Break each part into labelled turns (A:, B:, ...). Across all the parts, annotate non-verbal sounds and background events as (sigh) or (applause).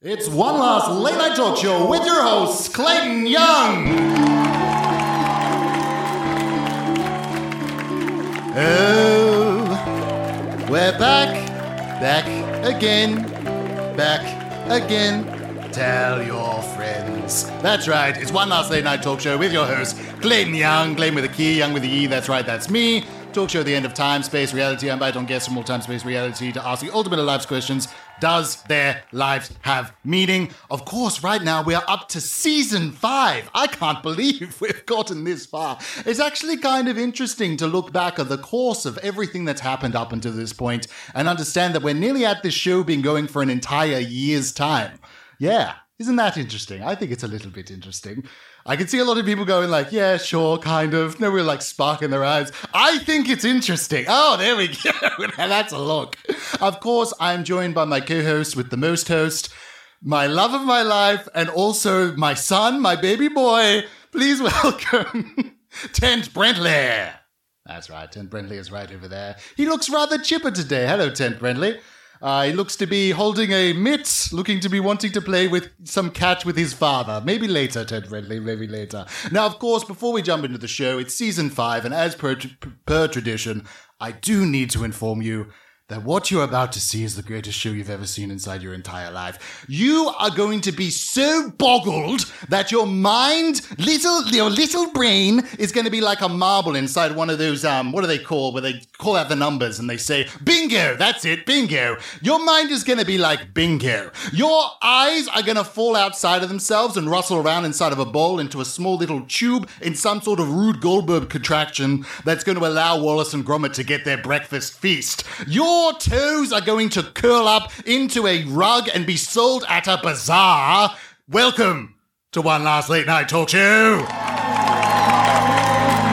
A: It's one last late night talk show with your host, Clayton Young. Oh, we're back, back again, back again. Tell your friends. That's right, it's one last late night talk show with your host, Clayton Young. Clayton with a key, Young with a E, that's right, that's me. Talk show at the end of time, space, reality. I invite on guests from all time, space, reality to ask the ultimate of life's questions. Does their lives have meaning? Of course, right now we are up to season five. I can't believe (laughs) we've gotten this far. It's actually kind of interesting to look back at the course of everything that's happened up until this point and understand that we're nearly at this show being going for an entire year's time. Yeah. Isn't that interesting? I think it's a little bit interesting. I can see a lot of people going like, yeah, sure, kind of. No, we're like sparking their eyes. I think it's interesting. Oh, there we (laughs) go. now that's a look. Of course, I'm joined by my co-host with the most host, my love of my life, and also my son, my baby boy. Please (laughs) welcome Tent Brentley. That's right. Tent Brentley is right over there. He looks rather chipper today. Hello, Tent Brentley. Uh, he looks to be holding a mitt, looking to be wanting to play with some cat with his father. Maybe later, Ted Brentley, maybe later. Now, of course, before we jump into the show, it's season five, and as per, per tradition, I do need to inform you that what you're about to see is the greatest show you've ever seen inside your entire life. You are going to be so boggled that your mind, little your little brain, is going to be like a marble inside one of those um, what do they call where they call out the numbers and they say bingo, that's it, bingo. Your mind is going to be like bingo. Your eyes are going to fall outside of themselves and rustle around inside of a bowl into a small little tube in some sort of rude Goldberg contraction that's going to allow Wallace and Gromit to get their breakfast feast. Your toes are going to curl up into a rug and be sold at a bazaar. Welcome to One Last Late Night Talk Show. One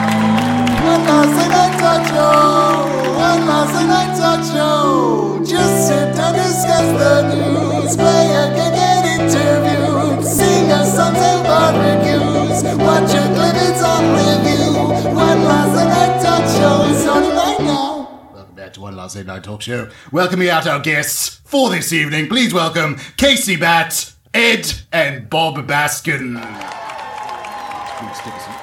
A: Last Late Night Talk Show. One Last Late Night Talk Show. Just sit down, discuss the news, play a game, get interviewed, sing us songs and barbecues, watch a clip, it's on review. One Last Late Night Talk Show is oh, on right now. Welcome back to One Last Late Night Talk Show. Welcoming out our guests for this evening. Please welcome Casey Bat, Ed, and Bob Baskin. Oops, take a seat.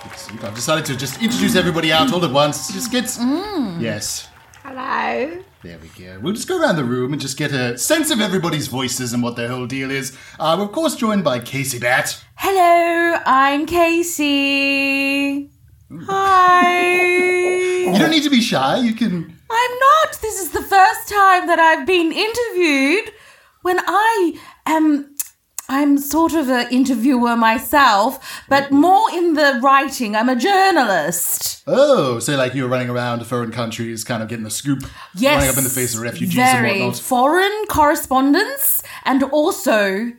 A: Take a seat. I've decided to just introduce everybody out all at once. Just get.
B: Mm.
A: Yes.
B: Hello.
A: There we go. We'll just go around the room and just get a sense of everybody's voices and what their whole deal is. Uh, we're, of course, joined by Casey Bat.
B: Hello, I'm Casey. Hi.
A: (laughs) You don't need to be shy. You can.
B: I'm not. This is the first time that I've been interviewed when I am. I'm sort of an interviewer myself, but
A: Mm-hmm.
B: more in the writing. I'm a journalist.
A: Oh, so like you were running around to foreign countries, kind of getting the scoop,
B: Yes.
A: running up in the face of refugees
B: very
A: and whatnot.
B: Foreign correspondence and also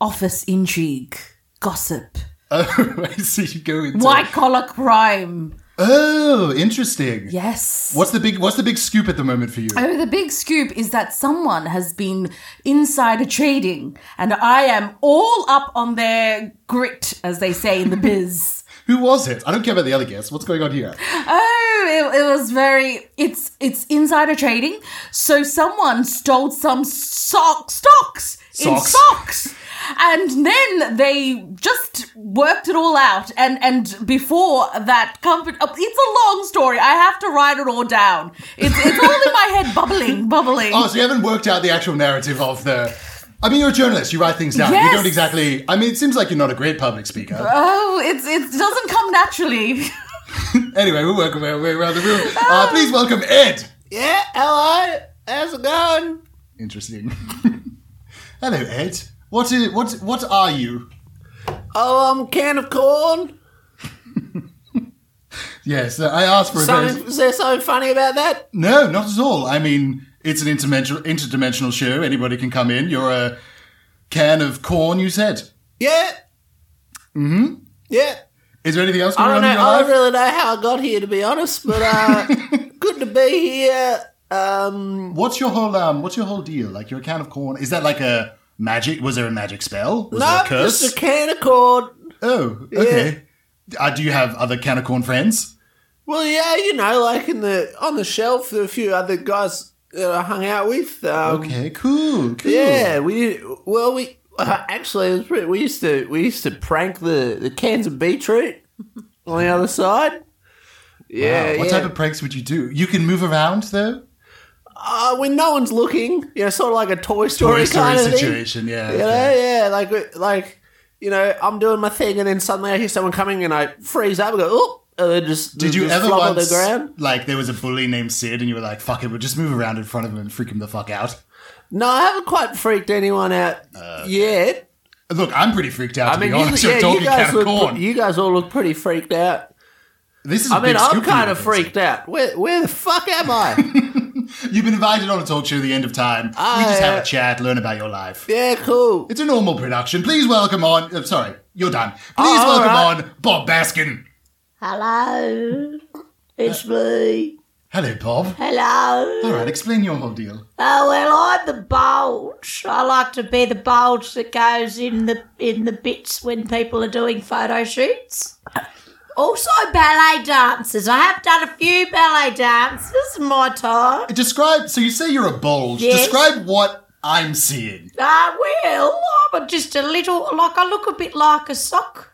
B: office intrigue, gossip,
A: (laughs) Oh, I see you go into.
B: white collar crime.
A: Oh, interesting.
B: Yes.
A: What's the big What's the big scoop at the moment for you?
B: Oh, the big scoop is that someone has been insider trading, and I am all up on their grit, as they
A: (laughs)
B: say in the biz.
A: Who was it? I don't care about the other guests. What's going on
B: (laughs)
A: here?
B: oh, it, it was very. It's it's insider trading. So someone stole some sock stocks in
A: Socks.
B: socks, and then they just worked it all out. And and before that company, oh, it's a long story. I have to write it all down. It's it's all in my head, bubbling, bubbling.
A: Oh, so you haven't worked out the actual narrative of the. I mean, you're a journalist. You write things down.
B: Yes.
A: You don't exactly. I mean, it seems like you're not a great public speaker.
B: (laughs) Oh, it's it doesn't come
C: (laughs)
B: naturally.
A: anyway, we'll work our way around the room. Uh, please welcome Ed.
D: Yeah, hello. How's it going?
A: Interesting. (laughs) Hello, Ed. What is what? What are you?
D: Oh, I'm a can of corn.
A: Yes, I asked for a very-
D: Something, is there something funny about that?
A: No, not at all. I mean, it's an interdimensional, interdimensional show. Anybody can come in. You're a can of corn, you said.
D: Yeah. Mm-hmm. Yeah.
A: Is there anything else going
D: I
A: on
D: don't
A: in your
D: know. I
A: life?
D: don't really know how I got here, to be honest. But (laughs) uh, good to be here. Um,
A: What's your whole um? What's your whole deal? Like, you're a can of corn. Is that like a magic? Was there a magic spell? Was there
D: no,
A: a curse?
D: just a can of corn.
A: oh, okay. Uh, do you have other can of corn friends?
D: Well, yeah, you know, like in the on the shelf, there are a few other guys that I hung out with. Um,
A: Okay, cool, cool.
D: Yeah, we well we uh, actually it was pretty, we used to we used to prank the the cans of beetroot (laughs) on the other side. Yeah,
A: Wow, What
D: yeah.
A: type of pranks would you do? You can move around though.
D: uh, when no one's looking, you know, sort of like a Toy Story,
A: Toy Story
D: kind of thing.
A: situation, yeah.
D: You
A: okay.
D: know, yeah, like like you know, I'm doing my thing, and then suddenly I hear someone coming, and I freeze up and go, "Oh!" And then just
A: Did you
D: just
A: ever
D: flop on
A: once
D: the ground?
A: like there was a bully named Sid and you were like, "Fuck it, we'll just move around in front of him and freak him the fuck out."
D: No, I haven't quite freaked anyone out yet.
A: Look, I'm pretty freaked out.
D: I
A: to
D: mean,
A: be honest, (laughs)
D: you,
A: with
D: yeah, you
A: Donkey
D: guys
A: Cat
D: look,
A: Corn.
D: pre- you guys all look pretty freaked out.
A: this is. a
D: I mean,
A: big
D: I'm
A: scoop for
D: kind
A: you,
D: of
A: Vincent.
D: freaked out. Where, where the fuck am I?
A: You've been invited on a talk show. The end of time.
D: I-
A: we just have a chat, learn about your life.
D: yeah, cool.
A: It's a normal production. Please welcome on. uh, sorry, you're done. Please
D: Oh, all
A: welcome on
D: right.
A: Bob Baskin.
C: Hello, it's me.
A: Hello, Bob.
C: Hello.
A: All right, explain your whole deal.
C: Oh well, I'm the bulge. I like to be the bulge that goes in the in the bits when people are doing photo shoots. Also, ballet dancers. I have done a few ballet dances in my time.
A: Describe. So you say you're a bulge.
C: Yes.
A: Describe what I'm seeing.
C: Ah well, I'm just a little like I look a bit like a sock.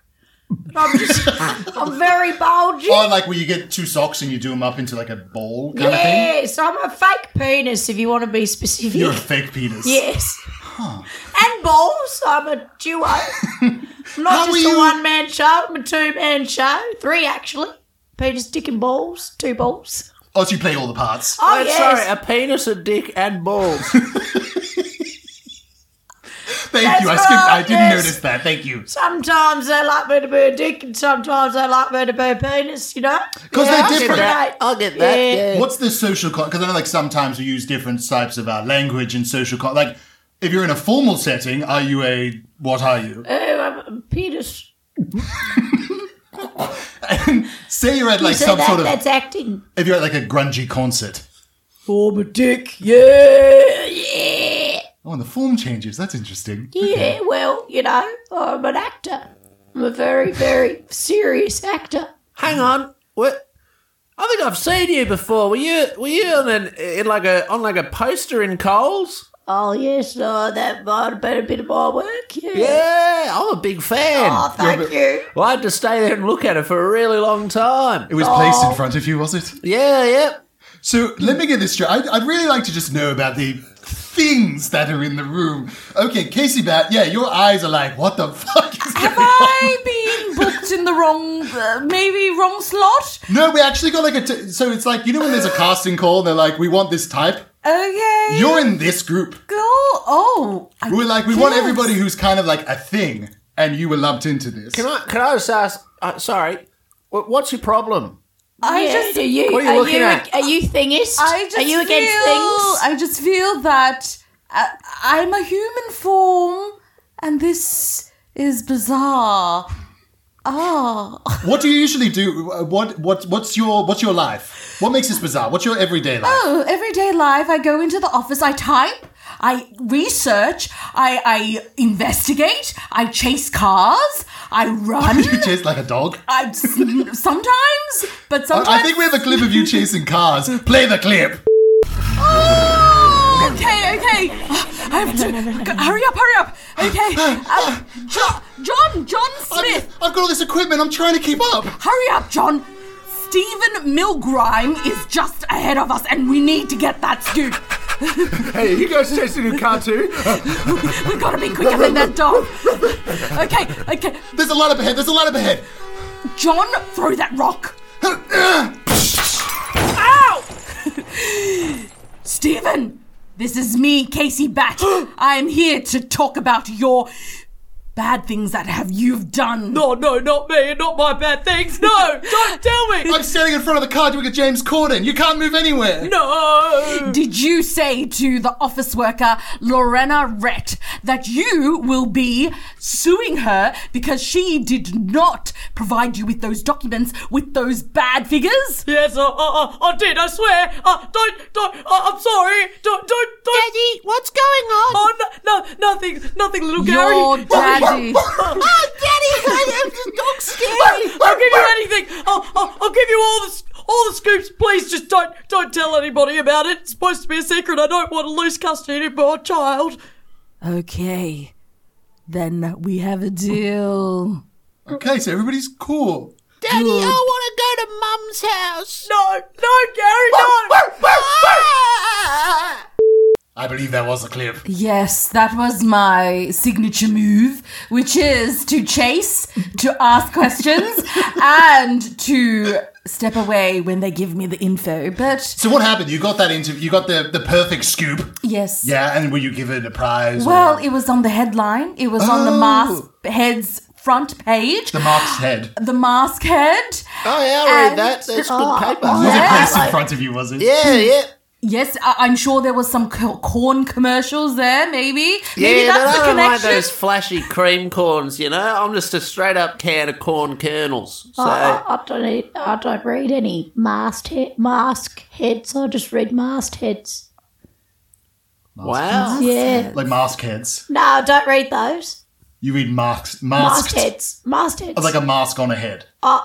C: But
A: (laughs)
C: I'm just I'm very bulgy.
A: Or like where you get two socks and you do them up into like a bowl kind of thing.
C: Yes, I'm a fake penis. If you want to be specific.
A: You're a fake penis.
C: Yes. And balls. I'm a
A: (laughs)
C: duo. I'm not
A: How
C: just
A: are
C: a
A: you-
C: one man show. I'm a two man show. Three actually. Peter's dick and balls. Two balls.
A: Oh, so you play all the
C: (laughs)
A: parts.
C: (laughs) Oh
D: I'm
C: yes.
A: uh,
D: Sorry, a penis, a dick, and
C: (laughs)
D: balls.
A: Thank
C: That's
A: you. I skipped. I didn't
C: right, yes.
A: notice that. Thank you.
C: Sometimes they like me to be a dick, and sometimes they like me to be a penis. You know.
A: Because
D: Yeah, I'll
A: they're
D: get
A: different.
D: that. I'll get that.
C: Yeah.
D: Yeah.
A: What's the social? Because I know, like, sometimes we use different types of uh, language and social. Con- like, if you're in a formal setting, are you a what are you?
C: Oh, I'm a penis.
A: Say you're at like
C: So
A: some
C: that,
A: sort of.
C: that's acting.
A: If you're at like a grungy concert.
C: Oh, I'm a dick. Yeah, yeah,
A: Oh, and the form changes. That's interesting.
C: yeah. Well, you know, I'm an actor. I'm a very, very serious actor.
D: Hang on. What? I think I've seen you before. Were you were you on an in like a on like a poster in Coles?
C: Oh yes, no, that might have been a bit of my work. Yeah.
D: Yeah, I'm a big fan.
C: Oh, thank you.
D: Well, I had to stay there and look at it for a really long time.
A: It was placed
C: Oh.
A: in front of you, was it?
D: Yeah, yeah.
A: So let me get this straight. I'd, I'd really like to just know about the things that are in the room. Okay, Casey Bat. Yeah, your eyes are like, what the (laughs) fuck is going
B: Have I been booked in the wrong, uh, maybe wrong slot?
A: No, we actually got like a. T- so it's like you know when there's a casting call, and they're like, "We want this type.
B: Okay.
A: You're in this group."
B: Go. Oh. I
A: We're like, "We want
B: guess.
A: everybody who's kind of like a thing," and you were lumped into this.
D: Can I can I just ask? Uh, sorry, Wh- what's your problem?
B: I
C: Yeah,
B: just
C: are you
D: What are you
C: are
D: looking
C: you,
D: at?
C: are you thingist?
B: I just
C: are you against
B: feel,
C: things?
B: I just feel that uh, I'm a human form, and this is bizarre. Oh,
A: What do you usually do? What what what's your what's your life? What makes this bizarre? What's your everyday life?
B: oh! Everyday life, I go into the office, I type, I research, I, I investigate, I chase cars, I
D: Uh,
B: run.
A: You chase like a dog.
B: I sometimes, but sometimes.
A: I think we have a clip of you
D: (laughs)
A: chasing cars. Play the clip.
B: Oh, okay, okay. I have to g- hurry up, hurry up.
D: (sighs)
B: Okay, um, Jo- John, John
A: I've,
B: Smith,
A: I've got all this equipment. I'm trying to keep up.
B: hurry up, John. Stephen Milgrime is just ahead of us, and we need to get that scoop. (laughs)
D: Hey, you guys chasing a car too?
B: We gotta be quicker than that
D: (laughs)
B: dog. Okay, okay,
A: There's a lot up ahead. There's a lot up ahead.
B: John, throw that rock. Ow! (laughs) Stephen, this is me, Casey Bat.
E: (gasps)
B: I am here to talk about your bad things that have you've done.
E: Oh no, not me, not my bad things. No,
B: (laughs)
E: don't tell me.
A: I'm standing in front of the car doing a James Corden. You can't move anywhere.
E: No.
B: Did you say to the office worker Lorena Rett that you will be suing her because she did not provide you with those documents with those bad figures?
E: Yes, I, I, I, I did. I swear. Uh, don't, don't. I, I'm sorry. Don't, don't, don't.
C: Daddy, what's going on?
E: Oh no, no, nothing, nothing, little Gary.
B: Your daddy.
C: Oh, Daddy, I am just dog scared.
E: I'll give you anything. I'll, I'll, I'll give you all the, s- all the scoops. Please just don't don't tell anybody about it. It's supposed to be a secret. I don't want to lose custody of my child.
B: Okay. Then we have a deal.
A: Okay, so everybody's cool.
F: Daddy, I want to go to Mum's house.
E: No, no, Gary, no.
A: Ah! I believe that was the clip.
B: Yes, that was my signature move, which is to chase, to ask
D: (laughs)
B: questions, and to step away when they give me the info. But
A: So what happened? You got that interview. You got the the perfect scoop.
B: yes.
A: Yeah, and were you given a prize?
B: Well,
A: or
B: it was on the headline. It was on the
A: Oh.
B: mask head's front page.
A: the mark's head.
F: uh,
B: The mask head.
D: Oh yeah, I read
B: And-
D: that. That's
B: oh,
D: good paper.
A: Was it
B: Yeah.
A: placed in front of you? Was it?
D: (laughs) Yeah, yeah.
B: Yes, I- I'm sure there was some co- corn commercials there. Maybe. Maybe
D: Yeah,
B: that's
D: but
B: the
D: I don't like
B: connection.
D: those flashy cream corns, you know? I'm just a straight up can of corn kernels. So,
C: Oh,
B: Oh,
C: I, I, I don't need, I don't read any masked he- mask heads. I just read masked heads.
B: oh.
D: wow.
C: Yeah.
A: Like mask heads.
C: No, I don't read those.
A: You read masks.
C: Masked
A: Masked.
C: heads. Masked heads.
A: Like a mask on a head.
C: Uh,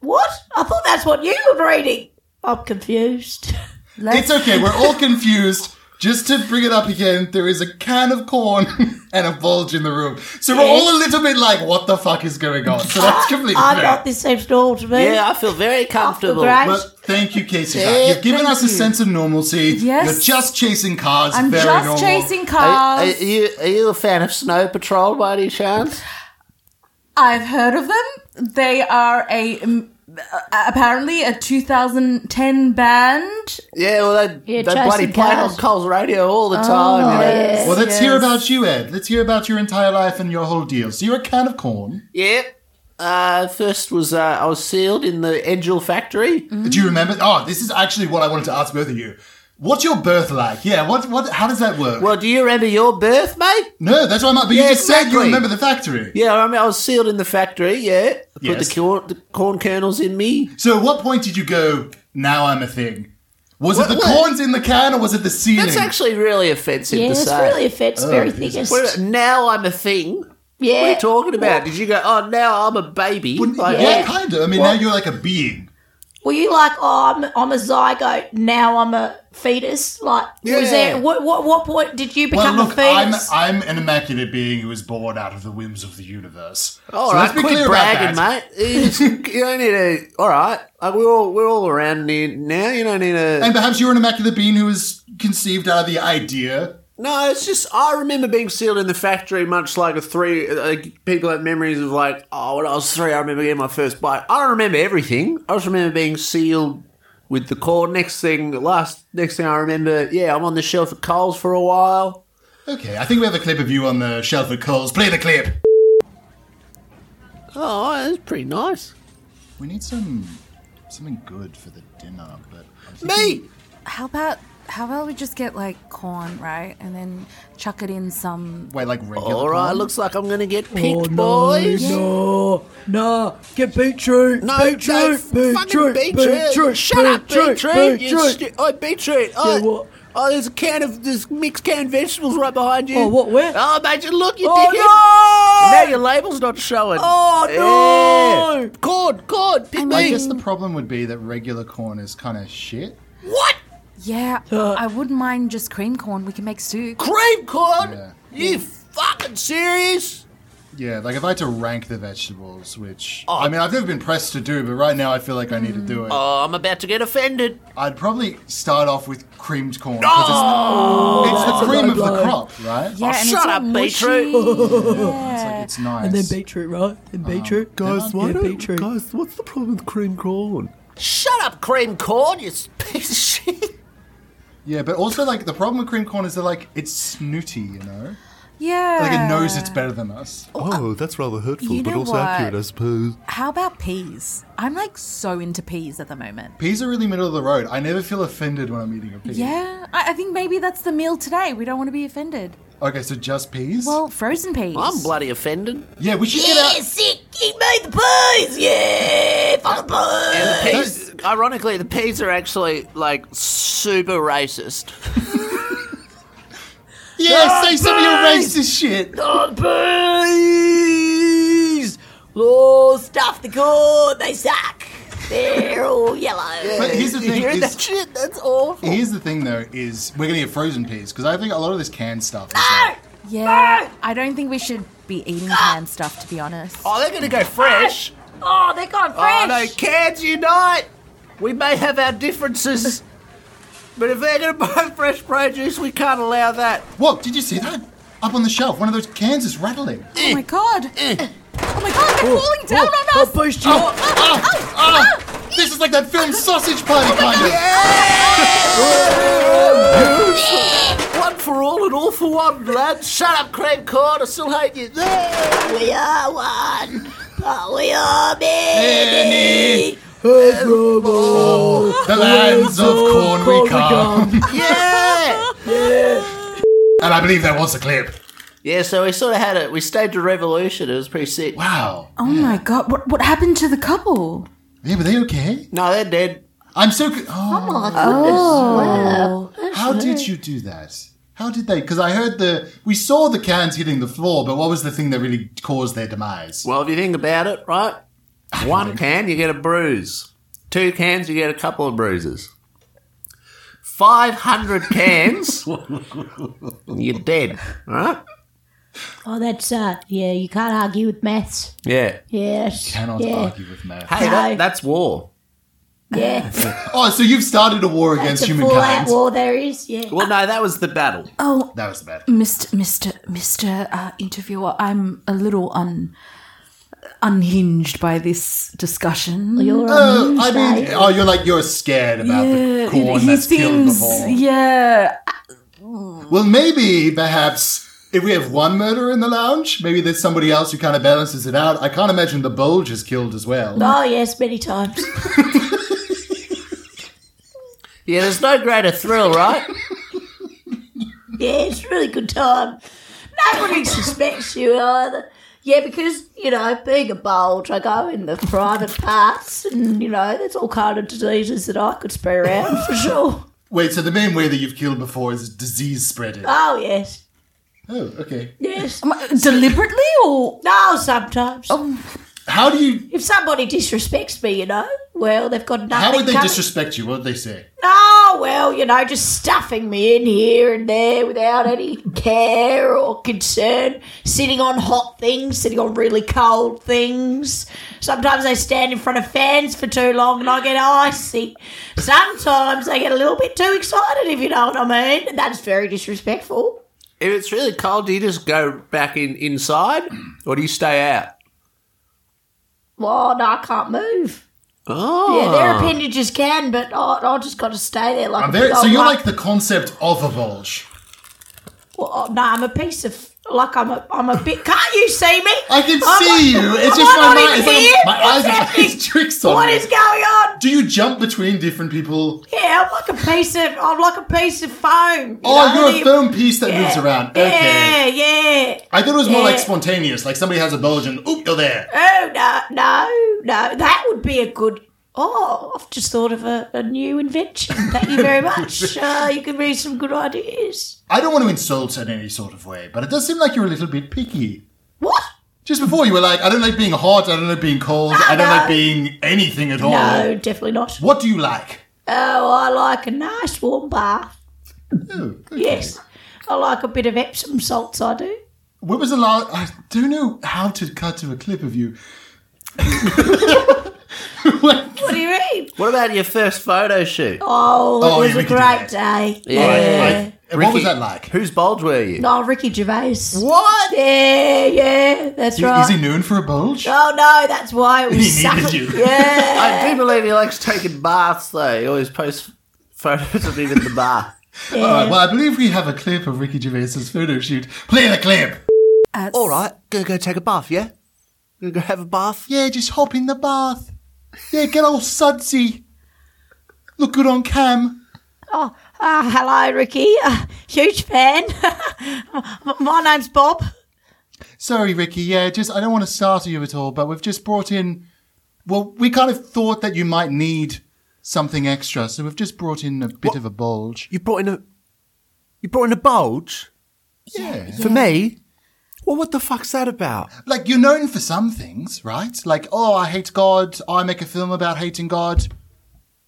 C: what? I thought that's what you were reading. I'm
D: (laughs)
C: confused.
A: It's okay. We're all confused. Just to bring it up again, there is a can of corn (laughs) and a bulge in the room. So we're all a little bit like, what the fuck is going on? So that's completely
C: I'm
A: fair.
C: not. This seems normal to me.
D: Yeah, I feel very
C: feel
D: comfortable.
C: great.
A: Well, thank you, Casey.
D: Yeah,
A: You've given
B: thank
A: us a
B: you.
A: sense of normalcy.
B: Yes.
A: You're just chasing cars.
B: I'm
A: Very
B: just
A: normal.
B: chasing
D: Are, are
B: cars.
D: you, are you a fan of Snow Patrol by any chance?
B: I've heard of them. They are a um, uh, apparently a 2010 band.
D: Yeah, well, they, they
C: Yeah, Jason Oh,
D: bloody played
C: Cars.
D: on Cole's radio all the time. you know?
A: Well, let's hear
B: Yes.
A: about you, Ed. Let's hear about your entire life and your whole deal. So you're a can of corn.
B: Mm-hmm.
D: Yep. Uh, first was uh, I was sealed in the Angel Factory.
C: Mm-hmm.
A: Do you remember? Oh, this is actually what I wanted to ask both of you. What's your birth like? Yeah, what, what, how does that work?
D: Well, do you remember your birth, mate?
A: no, that's what I'm, but you
D: Yeah,
A: just said you
D: exactly.
A: remember the factory.
D: Yeah, I mean, I was sealed in the factory. Yeah, put
A: Yes.
D: the, corn, the corn kernels in me.
A: So at what point did you go, now I'm a thing? Was
D: What-
A: it the
D: what?
A: corns in the can or was it the ceiling?
D: That's actually really offensive
C: Yeah,
D: to
C: it's
D: say. Oh,
C: really offensive. very
A: it is.
C: thickest.
D: What about now I'm a thing.
C: yeah.
D: What are you talking about? Did you go? Oh, now I'm a baby.
A: Wouldn't-
D: Like,
A: yeah,
C: yeah.
A: kind of. I mean, now you're like a being.
C: Were you like, oh, I'm, I'm a zygote, now I'm a fetus? Like,
D: Yeah.
C: was there, what, what, what point did you
A: Well,
C: become a
A: look, I'm,
C: fetus?
A: I'm an immaculate being who was born out of the whims of the universe.
D: All
A: so
D: right,
A: let's be
D: quit
A: clear
D: Oh, bragging,
A: about that. (laughs)
D: mate. You, just, you don't need to. All right, like we're all we're all around here now. You don't need to.
A: And perhaps you're an immaculate being who was conceived out of the idea.
D: No, it's just I remember being sealed in the factory, much like a three. Like people have memories of like, oh, when I was three, I remember getting my first bite. I don't remember everything. I just remember being sealed with the cord. Next thing, the last next thing I remember, yeah, I'm on the shelf at Coles for a while.
A: Okay, I think we have a clip of you on the shelf at Coles. Play the clip.
D: Oh, that's pretty nice.
A: We need some something good for the dinner, but I'm thinking-
D: Me,
B: How about how about we just get like corn, right, and then chuck it in some.
A: Wait, like regular.
D: all right.
A: corn?
D: Looks like I'm gonna
A: Oh,
D: get picked, boys.
E: Oh, No, no, get beetroot.
D: No, no,
E: beetroot,
D: fucking
E: beetroot,
D: beetroot. Shut up, beetroot. You stu- oh, beetroot. Oh,
E: Yeah, what?
D: oh, there's a can of this mixed canned vegetables right behind you.
E: Oh, what, where?
D: Oh, mate, you look, you
E: Oh,
D: dickhead.
E: no!
D: Now your label's not showing.
E: Oh, no!
D: Yeah. Cord, cord, pick
A: I
D: me.
A: guess the problem would be that regular corn is kind of shit.
D: What?
B: Yeah, I wouldn't mind just cream corn. We can make soup.
D: Cream corn?
A: Yeah.
D: You fucking serious?
A: Yeah, like if I had to rank the vegetables, which I mean, I've never been pressed to do, but right now I feel like I need to do it.
D: Oh, I'm about to get offended.
A: I'd probably start off with creamed corn. 'cause It's, it's the cream of the crop, right?
B: Yeah, and
D: shut
B: it's all
D: up,
B: mushy.
D: beetroot.
B: Yeah.
A: It's nice.
E: And then beetroot, right? And beetroot.
A: Guys,
E: Uh, why Yeah, don't- beetroot.
D: guys, what's the problem with cream corn? Shut up, cream corn, you piece of shit.
A: Yeah, but also like the problem with cream corn is that like it's snooty, you know?
B: yeah.
A: Like it knows it's better than us.
G: Oh, that's rather hurtful,
B: you
G: but
B: know
G: also
B: what?
G: accurate, I suppose.
B: How about peas? I'm like so into peas at the moment.
A: Peas are really middle of the road. I never feel offended when I'm eating a pea.
B: Yeah, I, I think maybe that's the meal today. We don't want to be offended.
A: Okay, so just peas?
B: Well, frozen peas.
D: I'm bloody offended.
A: yeah, we should get out.
C: sick, he made the pies, yeah, fucking pies.
D: The peas, ironically, the peas are actually like super racist.
A: Yeah, say some of your racist shit.
E: Bees!
C: Oh, stuff the corn, they suck. They're all yellow.
A: But here's the thing.
F: Hearing
A: Is,
F: that shit, that's awful.
A: here's the thing though. Is we're gonna get frozen peas because I think a lot of this canned stuff. Is like,
B: Yeah, I don't think we should be eating canned stuff, to be honest.
D: Oh, they're going to go fresh.
C: Oh, they're gone
D: Oh,
C: fresh.
D: no, cans unite. We may have our differences, but if they're going to buy fresh produce, we can't allow that.
A: Whoa! Did you see that? Up on the shelf, one of those cans is rattling.
B: Oh my god!
D: Eh.
B: Oh my god, they're falling down on
D: I'll
B: us!
D: boost you.
A: Oh, oh, oh. This is like that film Sausage Party kind of.
D: One for all and all for one, lad. Shut up, cream corn. I still hate you.
C: We are one, but we are many.
A: Many the lands of corn we come.
D: Yeah.
A: And I believe that was the clip.
D: Yeah, so we sort of had it. We staged a revolution. It was pretty sick.
A: Wow.
B: Oh my god, what, what happened to the couple?
A: Yeah, were they okay?
D: No, they're dead.
A: I'm so. c- Oh,
B: Oh.
A: how did you do that? How did they? Because I heard the. We saw the cans hitting the floor, but what was the thing that really caused their demise?
D: Well, if you think about it, right? One can, you get a bruise. Two cans, you get a couple of bruises. 500 cans, you're dead, right?
C: Oh, that's uh, yeah. You can't argue with maths.
D: Yeah.
C: Yes.
A: Cannot
C: yeah.
A: argue with math.
D: Hey,
C: No.
D: that, that's war.
C: Yeah.
A: Oh, so you've started a war
C: it's
A: against
C: a full-out
A: humankind.
C: war. There is. Yeah.
D: Well, no, that was the battle.
B: Oh,
A: That was bad. Uh,
B: Mr. Mr. Mr. Uh, interviewer, I'm a little un unhinged by this discussion.
C: You're
A: Oh,
C: on
A: I mean, oh, you're like you're scared about the
B: it-
A: corn that's killed the ball.
B: yeah.
A: Well, maybe, perhaps, if we have one murderer in the lounge, maybe there's somebody else who kind of balances it out. I can't imagine the Bulge is killed as well.
C: Oh yes, many times.
D: Yeah, there's no greater thrill, right?
C: Yeah, it's a really good time. Nobody suspects you either. Yeah, because, you know, being a bulge, I go in the private parts and, you know, there's all kind of diseases that I could spread around for sure.
A: Wait, so the main way that you've killed before is disease spreading.
C: Oh, yes.
A: Oh, okay.
C: Yes.
B: Am I- Deliberately or
C: No, sometimes.
A: Oh. How do you.
C: If somebody disrespects me, you know, well, they've got nothing
A: How would they
C: coming.
A: disrespect you? What would they say?
C: Oh, well, you know, just stuffing me in here and there without any care or concern, sitting on hot things, sitting on really cold things. Sometimes they stand in front of fans for too long and I get icy. Sometimes they get a little bit too excited, if you know what I mean. And that's very disrespectful.
D: If it's really cold, do you just go back in inside, or do you stay out?
C: Well, Oh, no, I can't move.
D: Oh,
C: Yeah, their appendages can, but I, I just got to stay there like
A: Ah. I'm
C: a
A: very,
C: big
A: so
C: old
A: you're
C: lump.
A: like the concept of a Bulge.
C: Well, oh, no, I'm a piece of like I'm a I'm a bit. Can't you see me?
A: I can
C: I'm
A: see
C: like-
A: you! It's
C: am
A: just
C: I
A: my
C: not
A: mind.
C: in
A: it's like
C: here?
A: my eyes
C: What's
A: are playing (laughs)
C: happening?
A: tricks on
C: What
A: me.
C: is going on?
A: Do you jump between different people?
C: Yeah, I'm like a piece of I'm like a piece of foam. you
A: oh,
C: know,
A: you're
C: the-
A: a foam piece that moves
C: yeah,
A: around. Okay.
C: Yeah, yeah.
A: I thought it was more like
C: Yeah.
A: spontaneous, like somebody has a bulge and oop, you're there.
C: Oh no, no, no. That would be a good. Oh, I've just thought of a, a new invention. Thank you
A: (laughs)
C: very much. Uh, you can read some good ideas.
A: I don't want to insult in any sort of way, but it does seem like you're a little bit picky.
C: What?
A: Just before you were like, I don't like being hot, I don't like being cold, I don't
C: no.
A: like being anything at all.
C: No, definitely not.
A: What do you like?
C: Oh, I like a nice warm bath.
A: Oh, okay.
C: Yes, I like a bit of Epsom salts. I do.
A: What was the last? I don't know how to cut to a clip of you. What-
C: What do you mean?
D: What about your first photo shoot?
C: Oh,
A: Oh,
C: it
A: yeah,
C: was
A: we
C: a
A: can do
C: great
A: that.
C: day.
A: Like- what
D: Ricky,
A: was that like?
D: Whose bulge were you?
C: Oh, Ricky Gervais.
D: What?
C: Yeah, yeah, that's right.
A: Is he known for a bulge?
C: oh no, that's why it was
A: He needed
C: such-
A: you.
C: (laughs) Yeah.
D: I do believe he likes taking baths, though. He always posts photos of him in the bath.
A: All right, Uh, well, I believe we have a clip of Ricky Gervais's photo shoot. Play the clip.
B: uh,
D: (laughs) All right, gonna go take a bath, yeah? Gonna go have a bath?
A: Yeah, just hop in the bath. Yeah, get all sudsy. Look good on cam.
C: oh, ah, hello, Ricky. Uh, huge fan. (laughs) M- My name's Bob.
A: Sorry, Ricky. Yeah, just I don't want to startle you at all, but we've just brought in. Well, we kind of thought that you might need something extra, so we've just brought in a bit of a bulge.
D: You brought in a. You brought in a bulge?
A: Yeah.
D: For me? Well, what the fuck's that about?
A: Like, you're known for some things, right? Like, oh, I hate God. I make a film about hating God.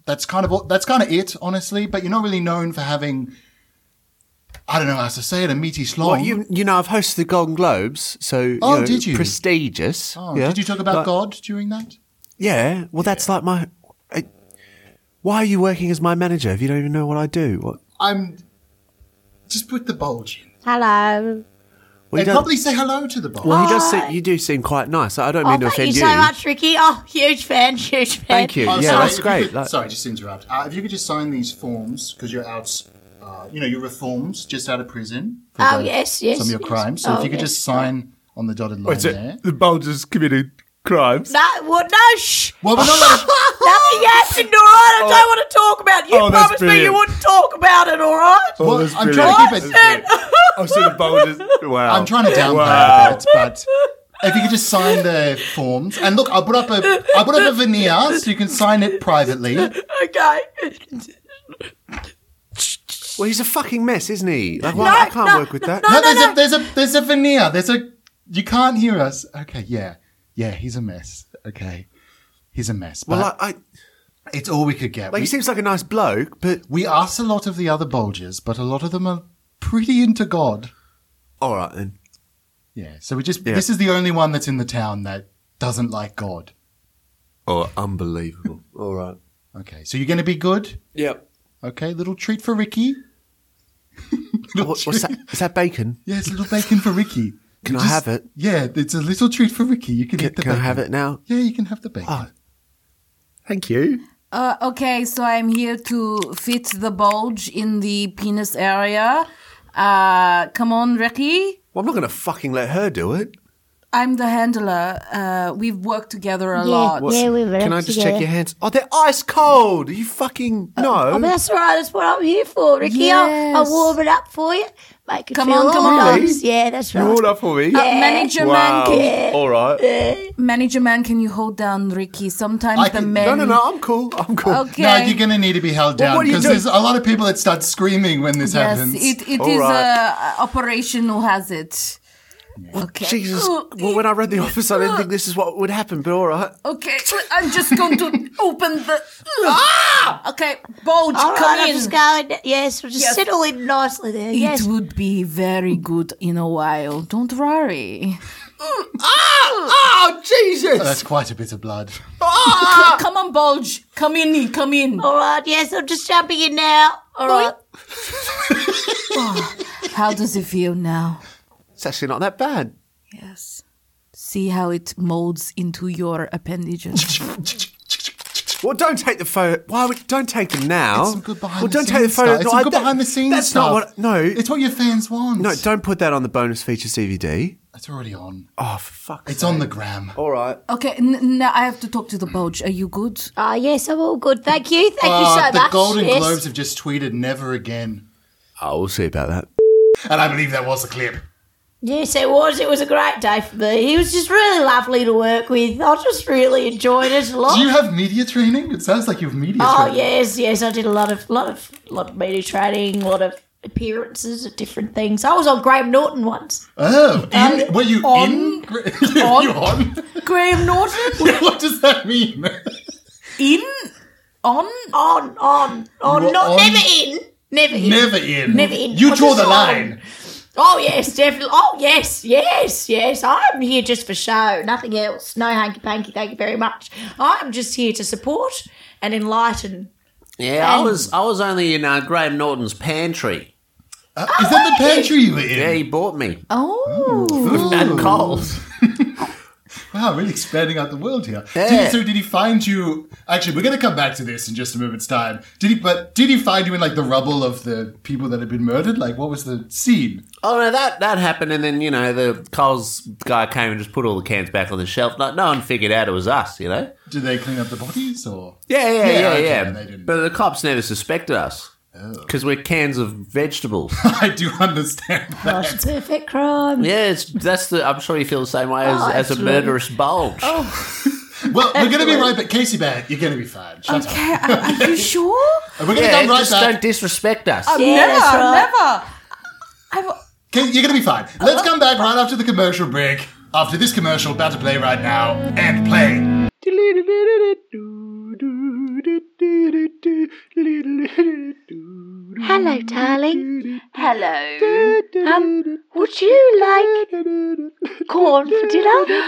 A: That's kind of all- that's kind of it, honestly. But you're not really known for having. I don't know how to say it. A meaty slong.
D: Well, you you know, I've hosted the Golden Globes, so you
A: Oh,
D: know,
A: did you?
D: prestigious?
A: Oh,
D: yeah.
A: Did you talk about
D: Like-
A: God during that?
D: Yeah. Well, that's like my. I, why are you working as my manager if you don't even know what I do? What?
A: I'm. Just put the bulge in.
C: Hello.
D: Well, you
A: and
D: don't-
A: probably say hello to the bulge.
D: well, he does. Seem, you do seem quite nice. I don't
C: Oh,
D: mean to
C: thank you
D: offend you.
C: so much, Ricky. Oh, huge fan, huge fan.
D: Thank you.
A: Oh,
D: yeah,
A: sorry,
D: that's
A: if you
D: great.
A: could-
D: Like-
A: sorry, just to interrupt. Uh, if you could just sign these forms because you're out, uh, you know, you're reformed just out of prison. for
C: Oh,
A: the-
C: yes, yes,
A: Some of your
C: yes.
A: crimes. So
C: Oh,
A: if you could
C: yes.
A: just sign on the dotted line there.
H: the Bulger's committed crimes.
C: No, well, no, shh.
A: Well, we're not allowed- (laughs)
C: Nothing happened, all right? I don't want to talk about it. You
H: Oh, that's
C: promised me you
H: brilliant. Oh,
C: wouldn't talk about it, all right?
A: Well,
H: that's
A: I'm trying to keep it.
H: I've seen the Bulger's. Wow.
A: I'm trying to downplay
H: Wow.
A: it, but if you could just sign the forms and look, I put up a I put up a veneer so you can sign it privately.
C: Okay.
D: Well, he's a fucking mess, isn't he? Like, well, I can't
C: no,
D: work with that.
A: No, there's a there's a there's a veneer. There's a you can't hear us. Okay, yeah, yeah. He's a mess. Okay, he's a mess. But
D: Well, like, I,
A: it's all we could get. we,
D: like, he seems like a nice bloke, but
A: we asked a lot of the other bulges, but a lot of them are pretty into God.
D: all right then.
A: Yeah. So we just
D: Yeah.
A: this is the only one that's in the town that doesn't like God.
D: Oh, unbelievable. all right.
A: Okay. So you're going to be good.
D: Yep.
A: Okay. Little treat for Ricky. Little
D: What, what's
A: treat-
D: that? Is that bacon?
A: Yeah, it's a little bacon for Ricky.
D: (laughs) Can
A: You
D: I have it?
A: Yeah, it's a little treat for Ricky. You can,
D: Can,
A: eat the
D: can I
A: bacon.
D: have it now?
A: Yeah, you can have the bacon.
D: Oh. Thank you.
B: Uh, okay, so I'm here to fit the bulge in the penis area. Uh, come on, Ricky.
D: Well, I'm not going to fucking let her do it.
B: I'm the handler. Uh, we've worked together a lot.
D: Yeah,
C: we've
D: Can I
C: worked
D: just
C: together.
D: check your hands? Oh, they're ice cold. Are you fucking
C: Oh,
D: no.
C: that's all right. That's what I'm here for, Ricky. I'll,
B: Yes.
C: I'll warm it up for you. Make it
B: Come
C: feel
B: on, come on.
C: all
B: Really?
C: nice. Yeah, that's
D: You
C: right.
D: all up for me?
B: Uh, manager man,
D: Wow.
B: can
D: All right.
B: manager man, can you hold down Ricky? Sometimes
A: I
B: the
A: can-
B: men.
D: No, no, no. I'm cool. I'm cool.
B: Okay.
A: No, you're going to need to be held
D: Well,
A: down
D: what do you
A: because
D: do?
A: there's a lot of people that start screaming when this
B: Yes,
A: happens.
B: it, it
D: All
B: is
D: right.
B: a operational hazard. Okay.
D: Jesus.
B: Ooh,
D: Well, when I read the office, I didn't think this is what would happen, but all right.
B: Okay, I'm just going
D: (laughs)
B: to open the.
C: Oh.
D: Ah!
B: Okay, bulge,
C: All right,
B: come
C: I'm
B: in.
C: just going. Yes, we'll just
B: Yes.
C: settle in nicely there. yes.
B: It would be very good in a while. Don't worry.
D: Oh, Jesus. Ah!
A: That's
D: (laughs)
A: quite a bit of blood.
B: Come on, Bulge. Come in. Come in.
C: all right. Yes, I'm just jumping in now. All right.
B: How does it feel now?
D: It's actually not that bad.
B: Yes. See how it molds into your (laughs) appendages.
D: Well, don't take the photo. Why would don't take them now?
A: It's some good behind
D: Oh, well,
A: the
D: don't
A: scenes
D: take the photo.
A: stuff. It's
D: No,
A: some
D: I-
A: good
D: that-
A: behind the scenes
D: That's
A: stuff.
D: not what. No,
A: It's what your fans want.
D: no. Don't put that on the bonus feature DVD.
A: It's already on.
D: Oh, for fuck's
A: It's on the gram.
D: All right.
B: okay, n- now I have to talk to the Bulge. Are you good?
C: Ah, yes, I'm all good. Thank you. Thank
B: Ah,
C: you
A: Uh,
C: so
A: the
C: much.
A: Golden
C: yes.
A: Globes have just tweeted never again.
D: Oh, we'll see about that.
A: And I believe that was the clip.
C: Yes, it was. It was a great day for me. He was just really lovely to work with. I just really enjoyed it a lot.
A: Do you have media training? It sounds like you have media
C: oh
A: training.
C: yes, yes, I did a lot of lot of lot of media training, a lot of appearances at different things. I was on Graham Norton once.
A: Oh,
D: Um,
A: in, were you
B: on-
A: in? (laughs) on? you on? (laughs)
B: Graham Norton?
A: what does that mean?
B: in? On?
C: On, on,
A: You were
C: on, not
A: on-
C: never in, never in.
A: Never in.
C: Never in.
A: You
C: I'm
A: draw
C: just
A: the
C: on.
A: line.
C: Oh yes, definitely. Oh yes, yes, yes. I'm here just for show, nothing else. No hanky panky. Thank you very much. I'm just here to support and enlighten.
D: Yeah, I was. I was only in uh, Graham Norton's pantry.
A: Uh, is that the pantry you were in?
D: Yeah, he bought me.
B: Oh.
D: And cold.
A: (laughs) Wow, really expanding out the world here.
D: Yeah.
A: Did- so did he find you? Actually, we're going to come back to this in just a moment's time. Did he? But did he find you in like the rubble of the people that had been murdered? Like, what was the scene?
D: Oh no, that that happened, and then you know the Coles guy came and just put all the cans back on the shelf. Like no one figured out it was us, you know.
A: Did they clean up the bodies or? (laughs)
D: Yeah, yeah,
A: Yeah,
D: yeah,
A: okay,
D: yeah.
A: they didn't. Oh.
D: But the cops never suspected us because we're cans of vegetables.
A: I do understand that.
C: Gosh, perfect crime.
D: yeah, it's, that's the. I'm sure you feel the same way as,
C: Oh,
D: as a
C: absolutely.
D: murderous bulge.
A: Well, we're going to be right back, Casey. Bad, you're going to be fine. Shut up.
B: Okay, are, are (laughs) you sure?
A: We're going to
D: yeah,
A: come right
D: just
A: back.
B: uh,
D: don't disrespect us.
C: Yeah,
B: never,
C: that's right.
B: never. I- I,
A: Can, you're going to be fine. Let's
D: Uh-huh.
A: come back right after the commercial break. After this commercial, about to play right now, and play.
I: Hello, darling. Hello. Um, would you
A: (laughs)
I: like corn for dinner?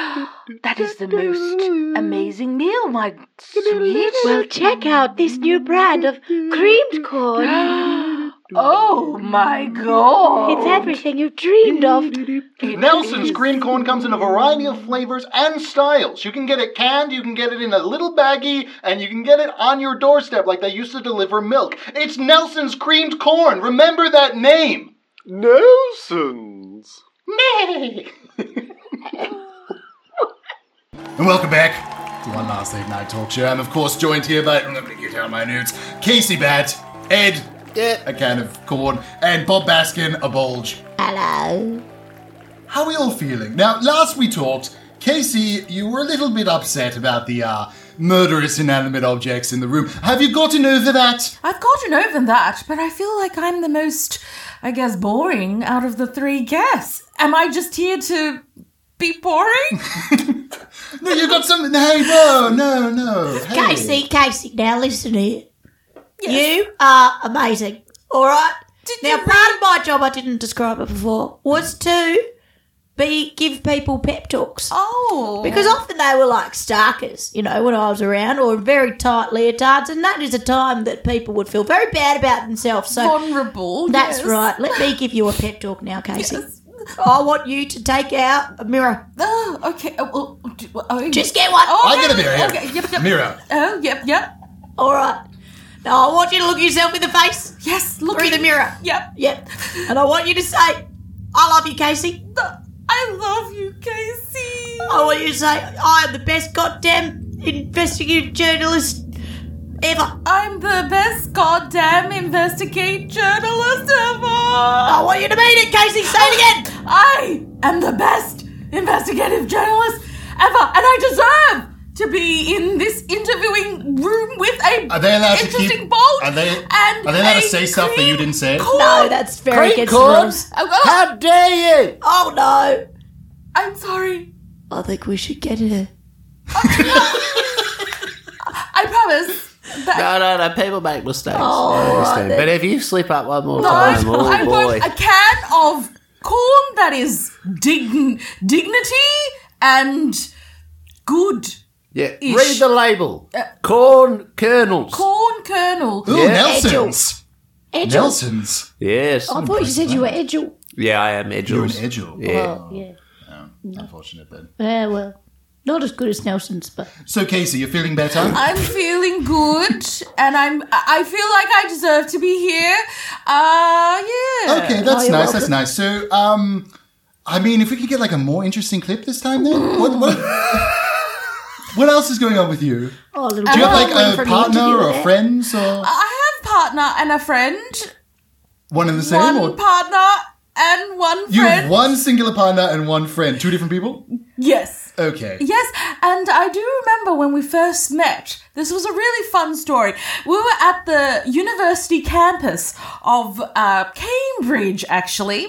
I: That is the most amazing meal, my sweet.
F: Well, check out this new brand of creamed corn.
I: Oh my god!
C: (gasps)
F: It's everything you've dreamed of.
A: Nelson's cream corn comes in a variety of flavors and styles. You can get it canned, you can get it in a little baggie, and you can get it on your doorstep like they used to deliver milk. It's Nelson's creamed corn. Remember that name.
H: Nelson's.
A: Nay. (laughs) and welcome back to one last late night talk show. I'm of course joined here by I'm gonna get out my notes. Casey Bat, Ed, a can of corn, and Bob Baskin, a bulge.
C: Hello.
A: How are we all feeling? Now, last we talked, Casey, you were a little bit upset about the uh, murderous inanimate objects in the room. Have you gotten over that?
B: I've gotten over that, but I feel like I'm the most, I guess, boring out of the three guests. Am I just here to be
C: (laughs)
B: boring?
A: No, you got something. Hey, no, no, no. Hey.
C: Casey, Casey, now listen here. You are amazing. All right. now, part of my job, I didn't describe it before, was to be give people pep talks
B: Oh.
C: because often they were like starkers, you know, when I was around, or very tight leotards, and that is a time that people would feel very bad about themselves. So
B: vulnerable.
C: that's
B: yes.
C: right.
F: (laughs)
C: Let me give you a pep talk now, Casey. I want you to take out a mirror.
B: Oh, okay. Oh, well, do- well, oh,
C: Just get one.
B: Oh,
A: I
B: okay,
A: get a mirror.
B: Okay.
A: Here.
B: Yep, yep.
A: Mirror.
B: Oh, yep, yep.
C: All right. Now I want you to look yourself in the face
B: Yes, look
C: through
B: at
C: the mirror.
B: Yep.
C: Yep. And I want you to say, I love you, Casey.
B: I love you, Casey.
C: I want you to say, I am the best goddamn investigative journalist ever.
B: I'm the best goddamn investigate journalist ever.
C: I want you to mean it, Casey. Say it again.
B: I am the best investigative journalist ever, and I deserve to be in this interviewing room with a
A: Are they allowed to
B: interesting
A: keep-
B: bulge
A: are they-
B: and
A: are they allowed to
B: a
A: say stuff that you
B: cream
A: didn't say?
B: corn.
C: (gasps) No, that's very
D: Cream
C: against the
D: corn?
C: rules.
B: Oh, oh,
D: How dare you?
C: Oh no.
B: I'm sorry.
C: I think we should get her.
B: I promise that
D: No, no, no. People make mistakes.
C: Oh,
D: I understand. But if you slip up one more
B: No,
D: time,
B: I
D: oh boy.
B: want a can of corn that is dign- dignity and good
D: Yeah.
B: Ish.
D: Read the label. Corn kernels.
B: corn kernel.
A: Ooh,
D: Yeah.
A: Nelson's.
F: Edgel.
A: Nelson's.
D: Yes.
F: I thought you said you were Edgel.
D: Yeah, I am edgels.
A: You're an edgel.
D: Yeah.
F: Oh, yeah.
A: Unfortunate then.
F: Yeah, well, not as good as Nelson's, but
A: So, Casey, you're feeling better?
B: I'm feeling good, and I'm. I feel like I deserve to be here. Uh, yeah.
A: Okay, that's nice. That's nice. So, um, I mean, if we could get like a more interesting clip this time, then what? What, what else is going on with you?
F: oh, a little
A: Do you have
F: bit.
A: like a partner or friends or
B: I have partner and a friend.
A: one and the same?
B: one
A: or
B: partner and one
A: you
B: friend.
A: have one singular partner and one friend, two different people.
B: yes.
A: Okay.
B: Yes, and I do remember when we first met. This was a really fun story. We were at the university campus of uh, Cambridge, actually,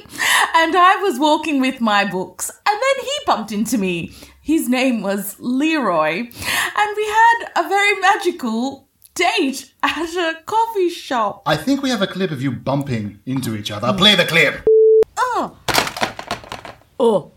B: and I was walking with my books, and then he bumped into me. His name was Leroy, and we had a very magical date at a coffee shop.
A: I think we have a clip of you bumping into each other. Play the clip.
B: Oh. Oh.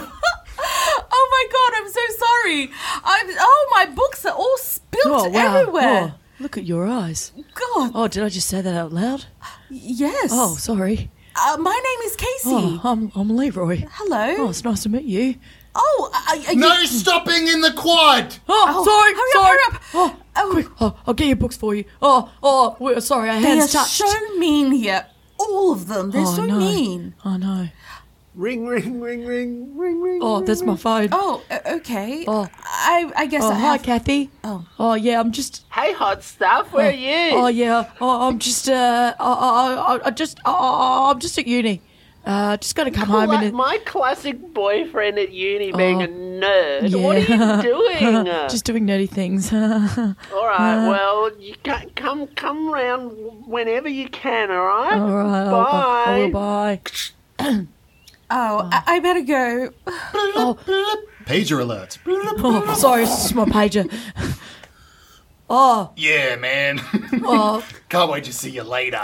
B: oh my god, I'm so sorry. I'm oh my books are all spilt everywhere.
E: Oh, look at your eyes.
B: God.
E: Oh, did I just say that out loud?
B: Yes.
E: Oh, sorry.
B: Uh, my name is Casey.
E: Oh, I'm, I'm Leroy.
B: Hello.
E: Oh, it's nice to meet you.
B: Oh, are, are you
A: No stopping in the quad.
E: Oh,
B: Oh,
E: sorry,
B: hurry up, hurry up.
E: sorry. Oh,
B: Oh.
E: quick. Oh, I'll get your books for you. Oh, oh, we're, sorry, our
B: they are
E: hands touched.
B: so mean here. All of them. They're
E: Oh,
B: so
E: no.
B: mean.
E: Oh, no.
D: Ring, ring, ring, ring, ring, ring.
E: Oh, that's my phone. Oh,
B: Oh, o- okay.
E: Oh.
B: I I guess I
E: hi,
B: have.
E: Kathy.
B: Oh.
E: Oh, yeah, I'm just.
J: Hey, hot stuff, where are you?
E: Oh, yeah. Oh, I'm just. Uh, I, I, I- I just. Oh, I'm just at uni. Uh, just got to come home in a,
J: Like my classic boyfriend at uni being
E: Oh.
J: a nerd. What
E: (laughs)
J: are you doing?
E: Just uh, doing nerdy things. (laughs) all
J: all right. Well, you can come come round whenever you can. All right.
E: right. I'll-
J: Bye.
E: I'll- I'll- bye.
B: Oh, I, I better go.
A: Pager alert.
E: Oh, sorry, it's just my pager. (laughs) Oh,
A: Yeah, man. (laughs)
E: oh,
A: Can't wait to see you later.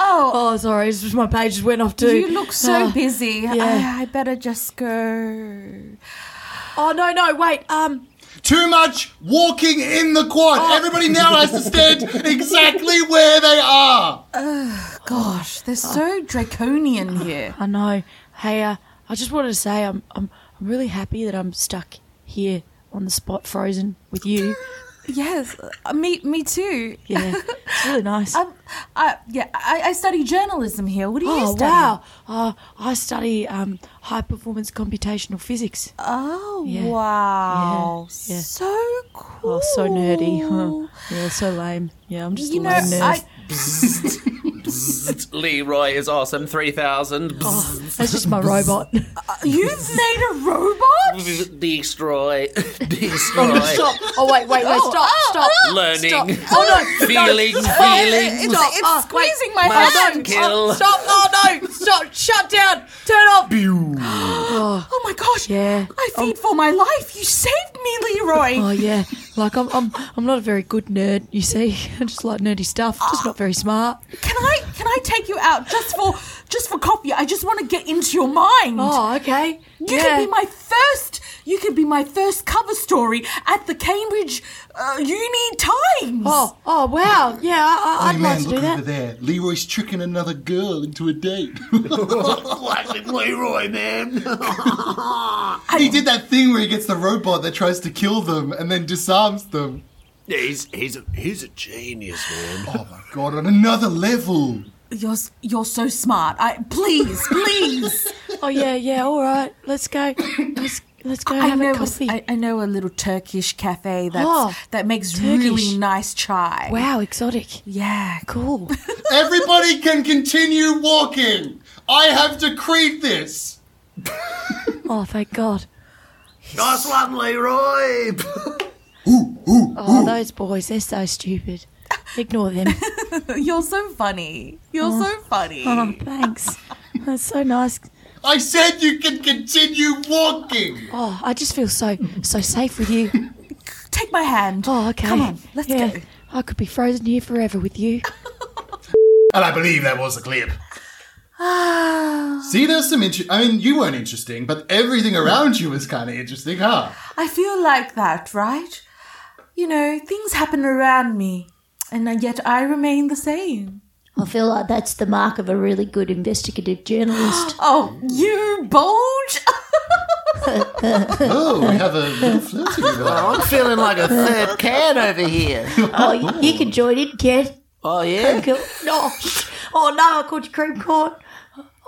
B: Oh,
E: oh, sorry, it's just my pages went off too.
B: you look so
E: Oh.
B: busy.
E: yeah.
B: I, I better just go.
E: Oh no, no, wait. Um,
A: Too much walking in the quad.
E: Oh.
A: Everybody now has to stand exactly where they are.
B: Gosh, they're
E: Oh.
B: so draconian here.
E: I know. Hey, uh, I just wanted to say I'm I'm I'm really happy that I'm stuck here on the spot, frozen with you.
B: Yes, uh, me, me too.
E: Yeah, it's really (laughs) nice.
B: I'm, I, yeah, I, I study journalism here. What do you
E: oh
B: study?
E: wow! Uh, I study um, high performance computational physics.
B: Oh
E: Yeah.
B: wow!
E: Yeah. Yeah.
B: So cool.
E: Oh, so nerdy. Huh. Yeah, so lame. Yeah, I'm just
B: You
E: a
B: know,
E: lame
B: I,
E: nerd.
D: Leroy is awesome. 3000.
E: That's just my (laughs) robot.
B: you've made a robot.
D: (laughs) Destroy. Destroy.
E: Oh wait, wait, wait! Stop! Stop!
D: Learning. (laughs)
E: Oh no!
D: Feelings.
E: Feelings.
B: It's,
E: Stop.
B: it's
E: Oh, wait.
B: squeezing my
D: Must
B: hand.
D: kill.
E: Stop! Oh no! Stop! Shut down! Turn off!
B: Oh my gosh!
E: Yeah.
B: I feed for my life. You saved me, Leroy.
E: Oh yeah, like I'm, I'm, I'm not a very good nerd. You see, (laughs) I just like nerdy stuff. Just not very smart.
B: Can I can I take you out just for just for coffee? I just want to get into your mind.
E: Oh okay.
B: You could be my first. You could be my first cover story at the Cambridge uh, Uni Times.
E: Oh oh wow. Yeah, I, I, I'd
A: Hey,
E: like
A: man,
E: to do
A: look
E: that.
A: over there. Leroy's tricking another girl into a
E: (laughs)
A: date. Classic Leroy, man. he did that thing where he gets the robot that tries to kill them and then disarms them.
D: He's, he's, a, he's a genius, man.
A: Oh my god, on another level.
B: You're s- you're so smart. I
E: (laughs)
B: please please.
E: Oh yeah, yeah. All right, let's go. Let's let's go
B: I
E: have
B: know
E: a
B: a s-
E: coffee.
B: I I know a little Turkish cafe that's,
E: Oh,
B: that makes
E: Turkish.
B: really nice chai.
E: wow, exotic.
B: Yeah.
E: Cool.
A: Everybody can continue walking. I have decreed this.
E: oh thank God.
D: Nice one, Leroy.
E: Oh those boys, they're so stupid. Ignore (laughs) them.
B: You're so funny. You're so funny.
E: Oh thanks. That's so nice.
A: I said you can continue walking.
E: Oh, I just feel so so safe with you.
B: Take my hand.
E: Oh, okay.
B: Come on, let's
E: yeah.
B: go.
E: I could be frozen here forever with you.
A: And I believe that was the clip. See, there's some interesting. I mean, you weren't interesting, but everything around you was kind of interesting, huh?
B: I feel like that, right? You know, things happen around me, and yet I remain the same.
C: I feel like that's the mark of a really good investigative journalist.
B: Oh, you bulge!
A: Oh, we have a little flirting going on.
D: I'm feeling like a third can over here.
C: (gasps) oh, you, you can join in, Ken.
D: Oh, yeah?
C: Cool. No. Oh, no, I called you cream corn.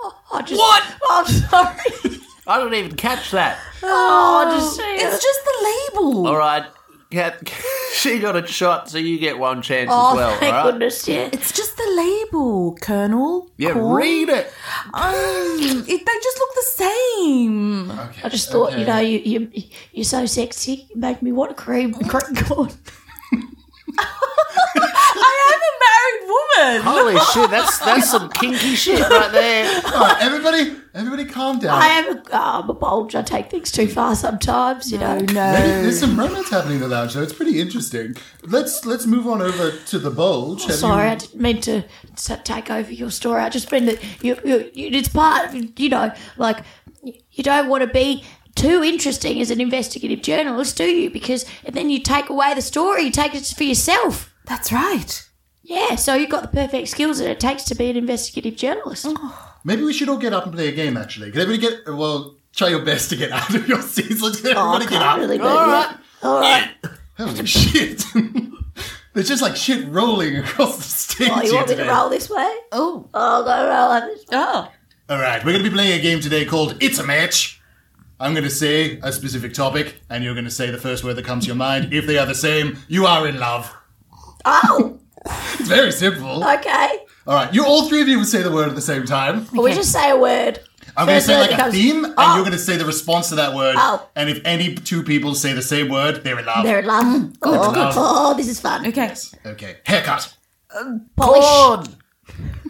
C: Oh, I just, what? I'm sorry.
D: I didn't even catch that.
C: (laughs) Oh, I just
B: It's just the label.
D: All right. Cat, (laughs) she got a shot, so you get one chance
C: Oh,
D: as well.
C: thank
D: all right?
C: goodness, yeah.
B: It's just the label, Colonel.
D: Yeah,
B: Corn.
D: read it.
B: Um, it, they just look the same.
C: I just thought, you know, you, you, you're so sexy. You make me want a cream, (laughs) cream corn.
B: I am a married woman.
D: Holy shit, that's that's some kinky shit right there.
A: All right, everybody, everybody, calm down.
C: I am a, oh, I'm a bulge. I take things too far sometimes, you know.
A: Maybe there's some romance happening in the lounge, though. It's pretty interesting. Let's let's move on over to the bulge. Have
C: Sorry,
A: you-
C: I didn't mean to s- take over your story. I just mean that you, you, you, it's part, of, you know, like you don't want to be too interesting as an investigative journalist, do you? Because then you take away the story, you take it for yourself.
B: That's right.
C: Yeah, so you've got the perfect skills that it takes to be an investigative journalist.
A: Oh, Maybe we should all get up and play a game. Actually, can everybody get? Well, try your best to get out of your seats. Let's get everybody get
C: can't
A: up.
C: Oh, really do
A: all
C: that.
A: right. All right. Holy shit! (laughs) There's just like shit rolling across the stage.
C: Oh, you
A: here
C: want me to
A: today.
C: roll this way? Oh. Oh, I've got to roll up this way.
B: Oh.
A: All right, we're going to be playing a game today called It's a Match. I'm going to say a specific topic, and you're going to say the first word that comes to your mind. If they are the same, you are in love.
C: Oh,
A: It's very simple.
C: okay.
A: All right, you all three of you would say the word at the same time.
C: Or we just say a word.
A: I'm going to
C: First
A: say
C: word
A: like
C: that
A: a
C: comes-
A: theme, and
C: Oh.
A: you're going to say the response to that word.
C: Oh.
A: And if any two people say the same word, they're in love.
C: They're in love. Good,
A: They're in
C: good.
A: love.
C: Oh, this is fun. Okay.
A: Okay, haircut.
C: Polish.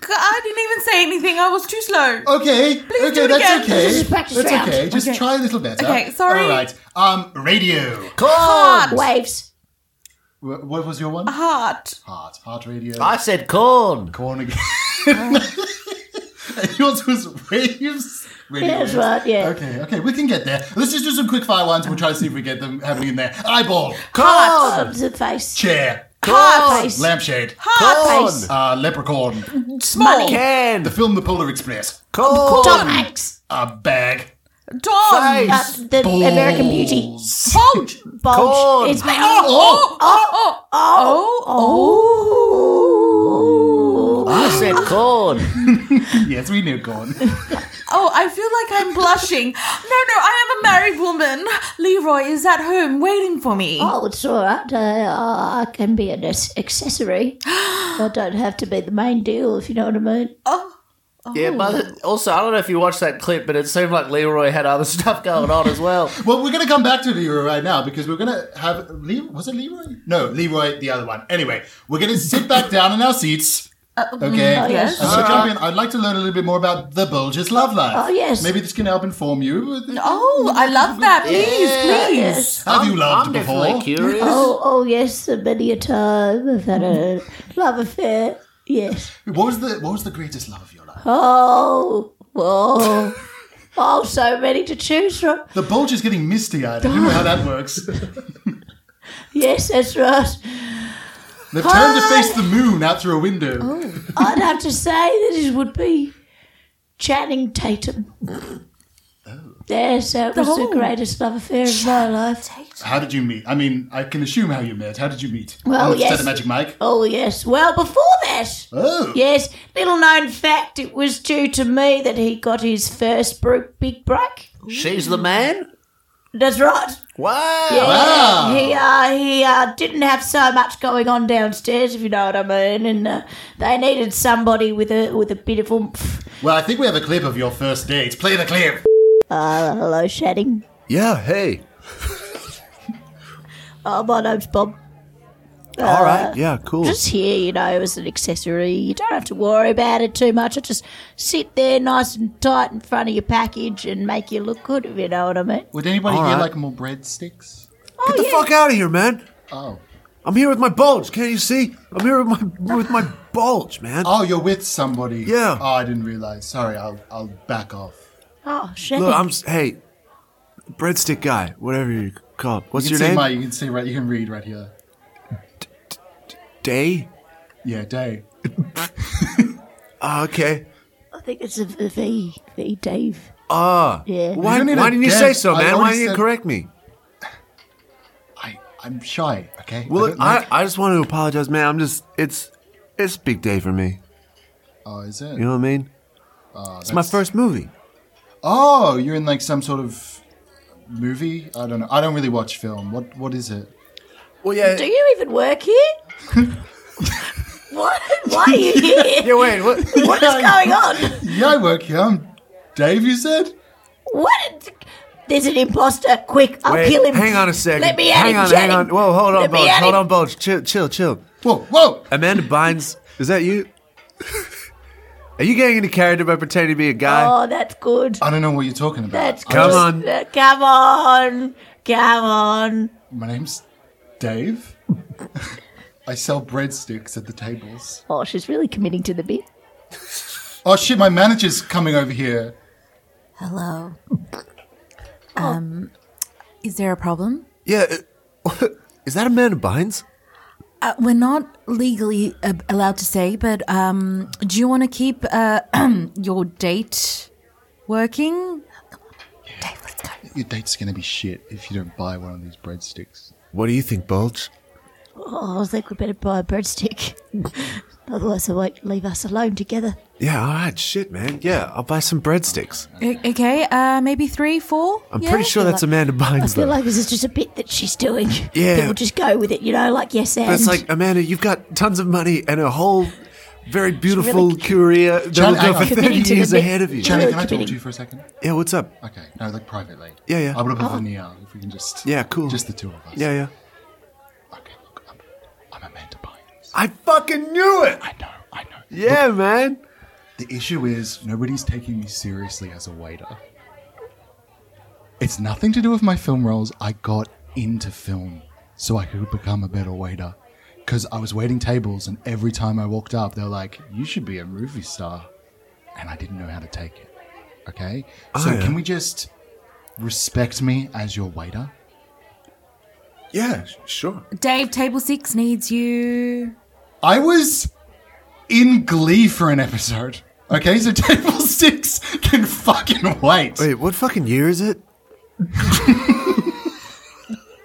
B: I didn't even say anything. I was too slow.
A: Okay.
B: Please
A: okay,
B: do it
A: that's
B: again.
A: okay. that's okay. Just try a little better.
B: Okay, sorry.
A: All right. Um, radio.
D: Corn.
C: Waves.
A: Wh- What was your one?
B: Uh-huh. Heart.
A: Heart. Heart radio.
D: I said corn.
A: Corn again. (laughs) Yours was waves. Radio
C: Yeah, that's
A: waves.
C: right, yeah.
A: Okay, okay, we can get there. Let's just do some quick fire ones. We'll try to see if we get them happening in there. Eyeball.
C: Heart. The face.
A: Chair.
C: Heart. Face.
A: Lampshade.
C: Heart. Face.
A: Uh, leprechaun.
C: Money.
D: Can.
A: The film The Polar Express.
D: Corn.
C: Tom Hanks.
A: A bag.
B: Dawn.
C: Uh, the American Beauty.
A: Balls. (laughs)
B: Bulge.
C: Bulge.
D: Corn.
C: It's my.
B: Oh, oh, oh, oh, oh,
C: Oh.
D: I said corn.
A: Yes, we knew corn.
B: Oh, I feel like I'm blushing. No, no, I am a married woman. Leroy is at home waiting for me.
C: Oh, it's all right. Uh, I can be an ac-
B: (gasps)
C: accessory. I don't have to be the main deal, if you know what I mean.
D: Yeah, but also, I don't know if you watched that clip, but it seemed like Leroy had other (laughs) stuff going on as well.
A: Well, we're going to come back to Leroy right now because we're going to have. Le- was it Leroy? No, Leroy, the other one. Anyway, we're going to sit back down in our seats. Okay.
C: Uh, oh, yes.
A: And so, jump in. I'd like to learn a little bit more about the Bulger's love life.
C: Oh, yes.
A: Maybe this can help inform you. with-
B: Oh, I love that. Please, please.
A: Have you loved
D: I'm
A: before?
D: definitely curious.
C: Oh, oh yes, many a time I've had a love affair. Yes.
A: What was the What was the greatest love of your life?
C: Oh, oh, oh, so many to choose from.
A: The Bulger's getting misty eyed. I don't know how
C: (laughs)
A: that works.
C: Yes, that's right.
A: They've turned to face the moon out through a window.
C: Oh. I'd have to say that it would be Channing Tatum. Yes, that was the greatest love affair of my life.
A: How did you meet? I mean, I can assume how you met. How did you meet? On
C: Well,
A: the set
C: yes.
A: of Magic Mike.
C: Oh, yes. Well, before that,
A: Oh.
C: yes, little known fact, it was due to me that he got his first br- big break.
D: She's the man?
C: That's right.
D: Wow.
A: Wow.
C: He uh, he uh, didn't have so much going on downstairs, if you know what I mean, and uh, they needed somebody with a with a bit of oomph.
A: Well, I think we have a clip of your first date. Play the clip.
C: Uh, hello, Shadding.
G: Yeah, hey.
C: Uh, my name's Bob. Uh,
G: All right. Yeah, cool.
C: Just here, you know, as an accessory. You don't have to worry about it too much. I just sit there, nice and tight, in front of your package, and make you look good, if you know what I mean.
A: Would anybody
G: All
A: here
G: right.
A: like more breadsticks?
G: Get the fuck out of here, man.
A: Oh.
G: I'm here with my bulge. Can't you see? I'm here with my with my bulge, man.
A: Oh, you're with somebody.
G: Yeah.
A: Oh, I didn't realize. Sorry, I'll I'll back off.
C: Oh, Shadding.
G: Look, I'm s- hey, breadstick guy, whatever you call. It. What's
A: you
G: your
A: can see
G: name?
A: my. You can see right. You can read right here.
G: Day.
A: Yeah, day.
G: Ah, okay.
C: I think it's a V, V, V Dave.
G: Ah.
C: Yeah.
G: Why,
A: You don't need
G: why
A: to
G: didn't you
A: guess.
G: say so,
A: I
G: man? Why
A: already
G: didn't you
A: said-
G: correct me?
A: I I'm shy. Okay.
G: Well,
A: don't
G: look,
A: like-
G: I, I just want to apologize, man. I'm just it's it's a big day for me.
A: oh, is it?
G: You know what I mean?
A: Oh,
G: It's my
A: that's-
G: first movie.
A: Oh, you're in like some sort of movie. I don't know. I don't really watch film. What what is it?
G: Well, yeah.
C: Do you even work here?
G: (laughs)
C: what? Why are you here?
G: Yeah, wait. What?
C: (laughs) What is going on?
A: Yeah, I work here. I'm Dave. You said.
C: What? is- There's an imposter. Quick, I'll
G: wait,
C: kill him.
G: Hang on a second.
C: Let me at
G: hang
C: him,
G: on, hang
C: Channing.
G: on. Whoa, hold on,
C: Let me
G: Bulge.
C: at
G: Hold
C: him.
G: on, Bulge. Chill, chill, chill.
A: Whoa, whoa.
G: Amanda Bynes, is that you? (laughs) Are you getting into character by pretending to be a guy?
C: Oh, that's good.
A: I don't know what you're talking about.
C: That's
A: I
C: good.
G: Come on.
A: just-
C: Uh, Come on. Come on.
A: My name's Dave. (laughs) I sell breadsticks at the tables.
C: Oh, she's really committing to the bit.
A: Oh shit, my manager's coming over here.
B: Hello. Um, is there a problem?
G: Yeah. uh, (laughs) Is that Amanda Bynes?
B: Uh, we're not legally uh, allowed to say, but um, do you want to keep uh, (clears throat) your date working? Dave, let's go.
A: Your date's gonna be shit if you don't buy one of these breadsticks.
G: What do you think, Bulge?
C: Oh, I think we better buy a breadstick. (laughs) Otherwise, they won't leave us alone together.
G: Yeah, all right, shit, man. Yeah, I'll buy some breadsticks.
B: O- okay, uh, maybe three, four.
G: I'm
B: Yeah?
G: pretty sure that's Amanda
C: I
G: Bynes,
C: feel
G: though.
C: like this is just a bit that she's doing.
G: Yeah.
C: People just go with it, you know, like yes and.
G: But it's like, Amanda, you've got tons of money and a whole very beautiful courier that
A: Charlie,
G: will
A: hang
G: go for
A: on.
G: 30 years ahead of you.
A: Charlie, can I talk to you for a second?
G: Yeah, what's up?
A: Okay, no, like privately.
G: Yeah, yeah.
A: I would have
G: Oh.
A: preferred Neil if we can just.
G: Yeah, cool.
A: Just the two of us.
G: Yeah, yeah.
A: I fucking knew it. I know. I know.
G: Yeah, man.
A: The issue is nobody's taking me seriously as a waiter. It's nothing to do with my film roles. I got into film so I could become a better waiter. Because I was waiting tables, and every time I walked up, they were like, You should be a movie star. And I didn't know how to take it. Okay?
G: Oh,
A: So,
G: yeah.
A: can we just respect me as your waiter?
G: Yeah, sure.
B: Dave, table six needs you.
A: I was in Glee for an episode. Okay, so (laughs) table six can fucking wait.
G: Wait, what fucking year is it?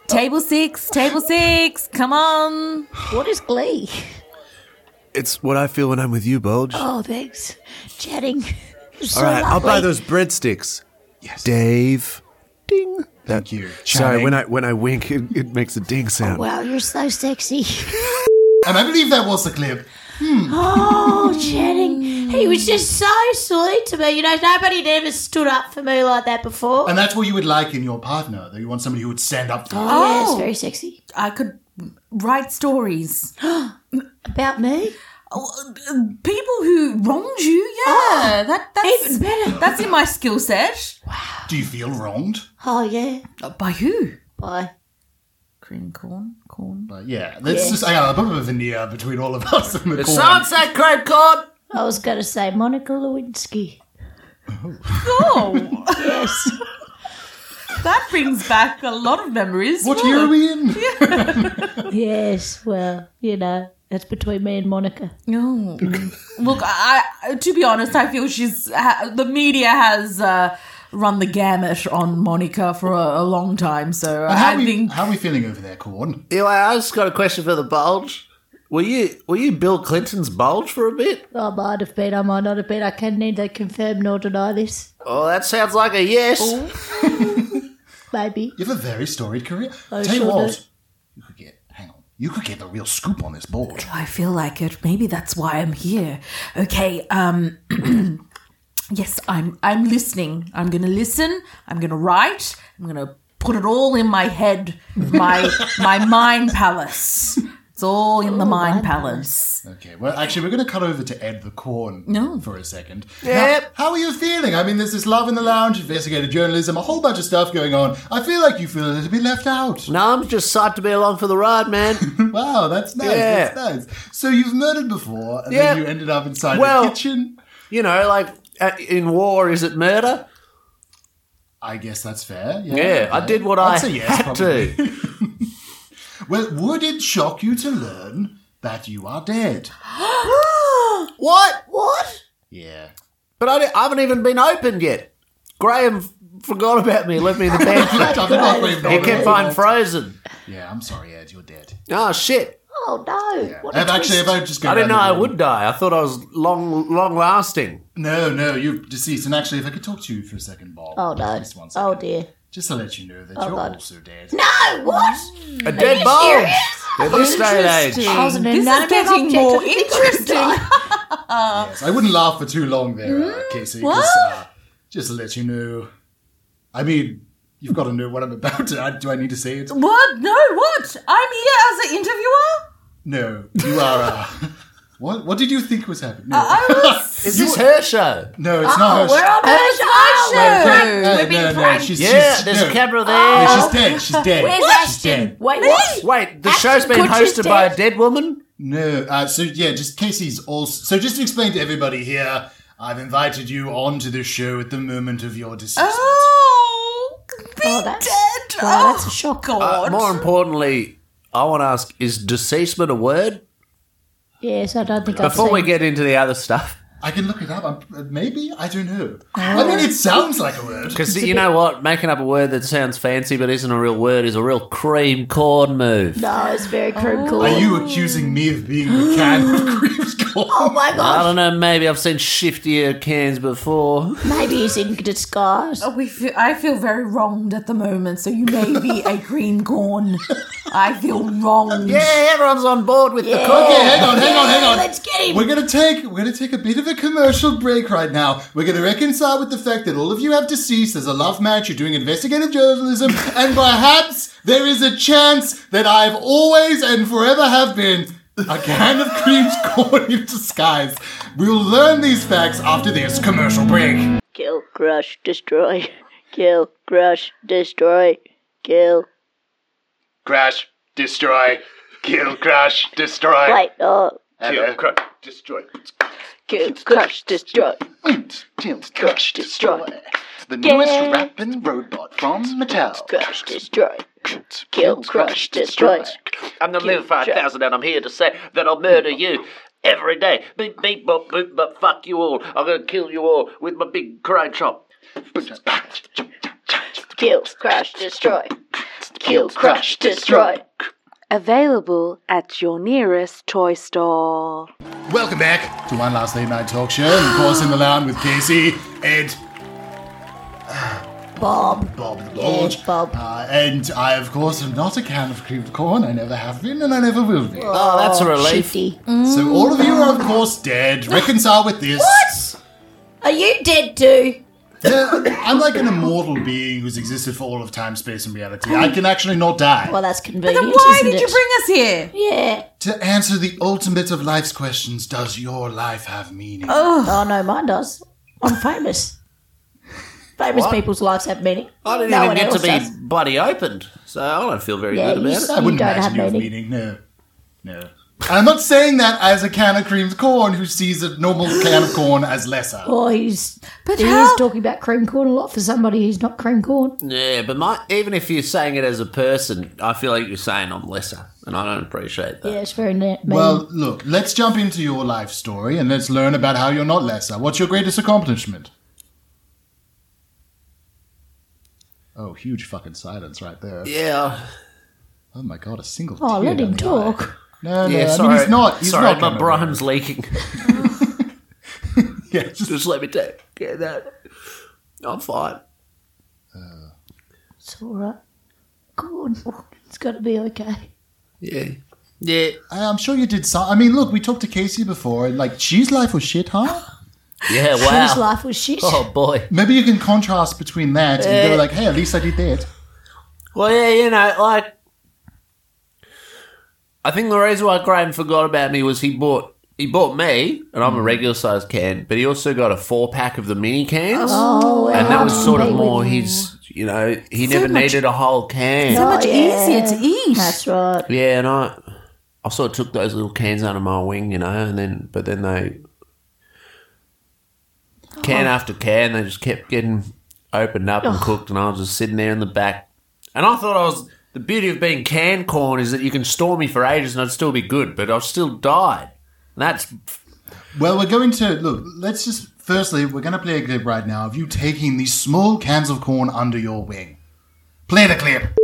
B: Table six, table six, come on.
C: What is Glee?
G: It's what I feel when I'm with you, Bulge.
C: Oh, thanks. Chatting. (laughs)
G: All right, I'll buy those breadsticks. Yes. Dave. Ding. Thank
A: you.
G: Sorry,
A: Channing.
G: when I when I wink, it, it makes a ding sound.
C: Wow, you're so sexy.
A: And I believe that was the clip.
C: Oh, Channing. He was just so sweet to me. You know, nobody had ever stood up for me like that before.
A: And that's what you would like in your partner, that you want somebody who would stand up for you.
C: Oh, yeah, it's very sexy.
B: I could write stories Oh,
C: about me.
B: People who wronged you, yeah, that that's even better. That's in my skill set. Uh,
A: Do you feel wronged?
C: Oh, yeah.
B: By who?
C: Bye.
B: Cream corn, corn.
A: But yeah, let's just hang on, a bit of a veneer between all of us and the
C: It
A: corn.
C: sounds like cream corn. I was going to say Monica Lewinsky.
B: (laughs) Oh,
C: yes.
B: That brings back a lot of memories.
A: What year are we
C: (laughs)
A: in?
C: yes, well, you know, that's between me and Monica.
B: No. Look, I, I to be honest, I feel she's ha- the media has uh, run the gamut on Monica for a, a long time. So
A: And how,
B: I
A: are we,
B: think
A: how are we feeling over there, Corn?
D: Anyway, I just got a question for the bulge. Were you were you Bill Clinton's bulge for a bit?
C: I might have been, I might not have been. I can neither confirm nor deny this.
D: Oh, that sounds like a yes.
G: Oh.
C: Maybe.
A: You have a very storied career.
C: I
A: Tell you
C: sure
A: what,
C: do.
A: you could get, hang on, you could get the real scoop on this board.
B: I feel like it. Maybe that's why I'm here. Okay. Um. (clears throat) yes, I'm. I'm listening. I'm gonna listen. I'm gonna write. I'm gonna put it all in my head.
C: (laughs)
B: My my mind palace. It's all in the
C: Oh,
B: mind palace.
A: Okay, well, actually, we're going to cut over to Ed the Corn
B: No.
A: for a second.
B: Yep.
A: Now, how are you feeling? I mean, there's this love in the lounge, investigative journalism, a whole bunch of stuff going on. I feel like you feel a little bit left out.
D: No, I'm just psyched to be along for the
G: (laughs)
D: ride, man.
A: wow, that's nice.
D: Yeah.
A: That's nice. So you've murdered before, and then
D: Yeah.
A: you ended up inside
D: Well-
A: a kitchen.
D: You know, like at, in war, is it murder?
A: I guess that's fair. Yeah,
D: Yeah, I
A: okay.
D: did what
A: I'd
D: I
A: say yes,
D: had
A: probably.
D: to.
A: Well, would it shock you to learn that you are dead?
D: what?
G: (laughs)
D: What?
A: Yeah.
D: But I, di- I haven't even been opened yet. Graham f- forgot about me, left me in the (laughs)
A: I
D: pantry.
A: did not leave
D: he
A: no one.
D: kept finding frozen.
A: Yeah, I'm sorry, Ed. You're dead.
D: Oh shit!
C: Oh, no. What a
A: If actually, if
C: twist.
A: I just go
D: I didn't know
A: around the
D: I
A: room-
D: would die. I thought I was long, long lasting.
A: No, no, you're deceased. And actually, if I could talk to you for a second, Bob.
C: Oh, no.
A: Just one second.
C: Oh, dear.
A: Just to let you know that
C: Oh,
A: you're
C: God.
A: also dead.
C: No, what?
D: A dead bulge at this day and age.
C: I was an
B: This is
C: inanimate
B: getting
C: object.
B: more
C: I think I
B: interesting.
A: Yes, I wouldn't laugh for too long there, uh, Casey. 'cause,
B: Hmm? what?
A: Uh, just to let you know. I mean, you've got to know what I'm about. To, do I need to say it?
B: What? No. What? I'm here as an interviewer.
A: No, you are. Uh, (laughs) what? What did you think was happening? No,
B: I was.
D: Is this her show?
A: (laughs) no it's not. her
C: We're on
B: That's
C: the show.
B: my show.
A: No, no, no, she's,
D: Yeah,
A: she's,
D: there's
A: no.
D: a camera there.
A: Yeah, she's dead. She's dead.
C: Where's
A: She's
C: Ashton?
A: dead.
C: Wait, what?
D: Wait, the
C: Ashton
D: show's been
C: Kutcher's
D: hosted by a
C: dead?
D: dead woman?
A: No. Uh, so yeah, just Casey's also. So just to explain to everybody here, I've invited you onto this show at the moment of your deceased.
B: Oh, be
C: Oh, that's-
B: dead.
C: wow, that's
B: oh,
C: a shock.
B: God.
D: Uh, More importantly, I want to ask is deceasement a word?
C: Yes, I don't think I've
D: Before
C: seen
D: we get into the other stuff.
A: I can look it up. I'm, uh, maybe I don't know.
B: Oh.
A: I mean, it sounds like a word.
D: Because you know what? Making up a word that sounds fancy but isn't a real word is a real cream corn move. Oh.
C: No, it's very cream corn. (gasps)
A: Are you accusing me of being the can of creams?
C: Oh my
D: I
C: gosh.
D: don't know. Maybe I've seen shiftier cans before.
C: Maybe he's in disguise.
B: Oh, we feel, I feel very wronged at the moment, so you may be (laughs) a green corn. I feel wronged.
D: Yeah, everyone's on board with
B: the
A: Okay, hang on, hang on, hang on.
C: get
A: We're gonna take we're gonna take a bit of a commercial break right now. We're gonna reconcile with the fact that all of you have deceased. There's a love match. You're doing investigative
C: (laughs)
A: journalism, and perhaps there is a chance that I've always and forever have been a can of creams corn in disguise. We'll learn these facts after this commercial break.
F: Kill, crush, destroy. Kill, crush, destroy. Kill.
A: Crash, destroy, kill, crash, destroy,
F: Right on.
A: kill, crash, destroy,
F: Kill, crush, destroy.
A: kill, crash, destroy. The
F: newest Yeah.
A: rapping robot from Mattel.
F: Crush, destroy. Kill, crush, destroy.
K: I'm the live 5000 and I'm here to say that I'll murder you every day. Beep, beep, bop, boop, but fuck you all. I'm gonna kill you all with my big crane chop.
F: Kill, crush, destroy. Kill, crush, destroy.
I: Available at your nearest toy store.
A: Welcome back to one last late night talk show. And of course, in the lounge with Casey, Ed,
C: Bob.
A: Bob the Bulge. Bob. Uh, and I, of course, am not a can of creamed corn. I never have been, and I never will be.
D: Oh, that's a relief.
A: So all of you are, of course,
C: (gasps)
A: dead. Reconcile with this.
C: What? Are you dead too?
A: Yeah, I'm like an immortal being who's existed for all of time, space, and reality. I can actually not die.
C: Well, that's convenient.
B: Then why
C: isn't
B: did you
C: it?
B: bring us here?
C: Yeah.
A: to answer the ultimate of life's questions, does your life have meaning?
C: Oh no, mine does. I'm famous. Famous
D: What? Oh.
C: people's lives have meaning.
D: I didn't
C: no
D: even
C: one
D: get to
C: else
D: be
C: does.
D: bloody opened, so I don't feel very
C: Yeah,
D: good
C: you
D: about
C: s-
D: it.
A: I wouldn't
C: don't have
A: imagine you have
C: meaning.
A: meaning. No, no. I'm not saying that as a can of creamed corn who sees a normal can of corn as lesser.
C: Oh, he's
B: But
C: he
B: how-
C: is talking about cream corn a lot for somebody who's not cream corn.
D: Yeah, but my, even if you're saying it as a person, I feel like you're saying I'm lesser, and I don't appreciate that.
C: Yeah, it's very neat.
A: Well, look, let's jump into your life story and let's learn about how you're not lesser. What's your greatest accomplishment? Oh, huge fucking silence right there.
D: Yeah,
A: Oh my god, a single
C: oh,
A: tear
C: let him
A: doesn't-
C: talk.
A: No, no,
D: yeah.
A: I
D: sorry,
A: mean, he's not. He's
D: sorry,
A: not. coming
D: my brain's leaking. (laughs)
A: over. (laughs) Yeah, just-
D: Just let me take care of that. I'm fine.
C: It's all right. Corn. It's got to be okay.
D: Yeah, yeah,
A: I- Uh, I'm sure you did some. I mean, look, we talked to Casey before, and like, she's life was shit, huh?
D: yeah.
C: His
D: Wow.
C: life was shit.
D: Oh boy.
A: Maybe you can contrast between that and go like, hey, at least I did that.
D: Well, yeah, you know, like I think the reason why Graham forgot about me was he bought he bought me, and I'm a regular size can, but he also got a four pack of the mini cans,
C: Oh,
D: and that was sort of
C: wow.
D: more his. You know, he never
B: much-
D: needed a whole can.
B: So much
C: yeah.
B: easier to eat.
C: That's right.
D: Yeah, and I, I sort of took those little cans under my wing, you know, and then but then they, can after can, they just kept getting opened up and cooked, and I was just sitting there in the back, and I thought I was. The beauty of being canned corn is that you can store me for ages and I'd still be good, but I've still died. And that's
A: Well, we're going to look. Let's just firstly, we're going to play a clip right now of you taking these small cans of corn under your wing. Play the clip.
D: whoa,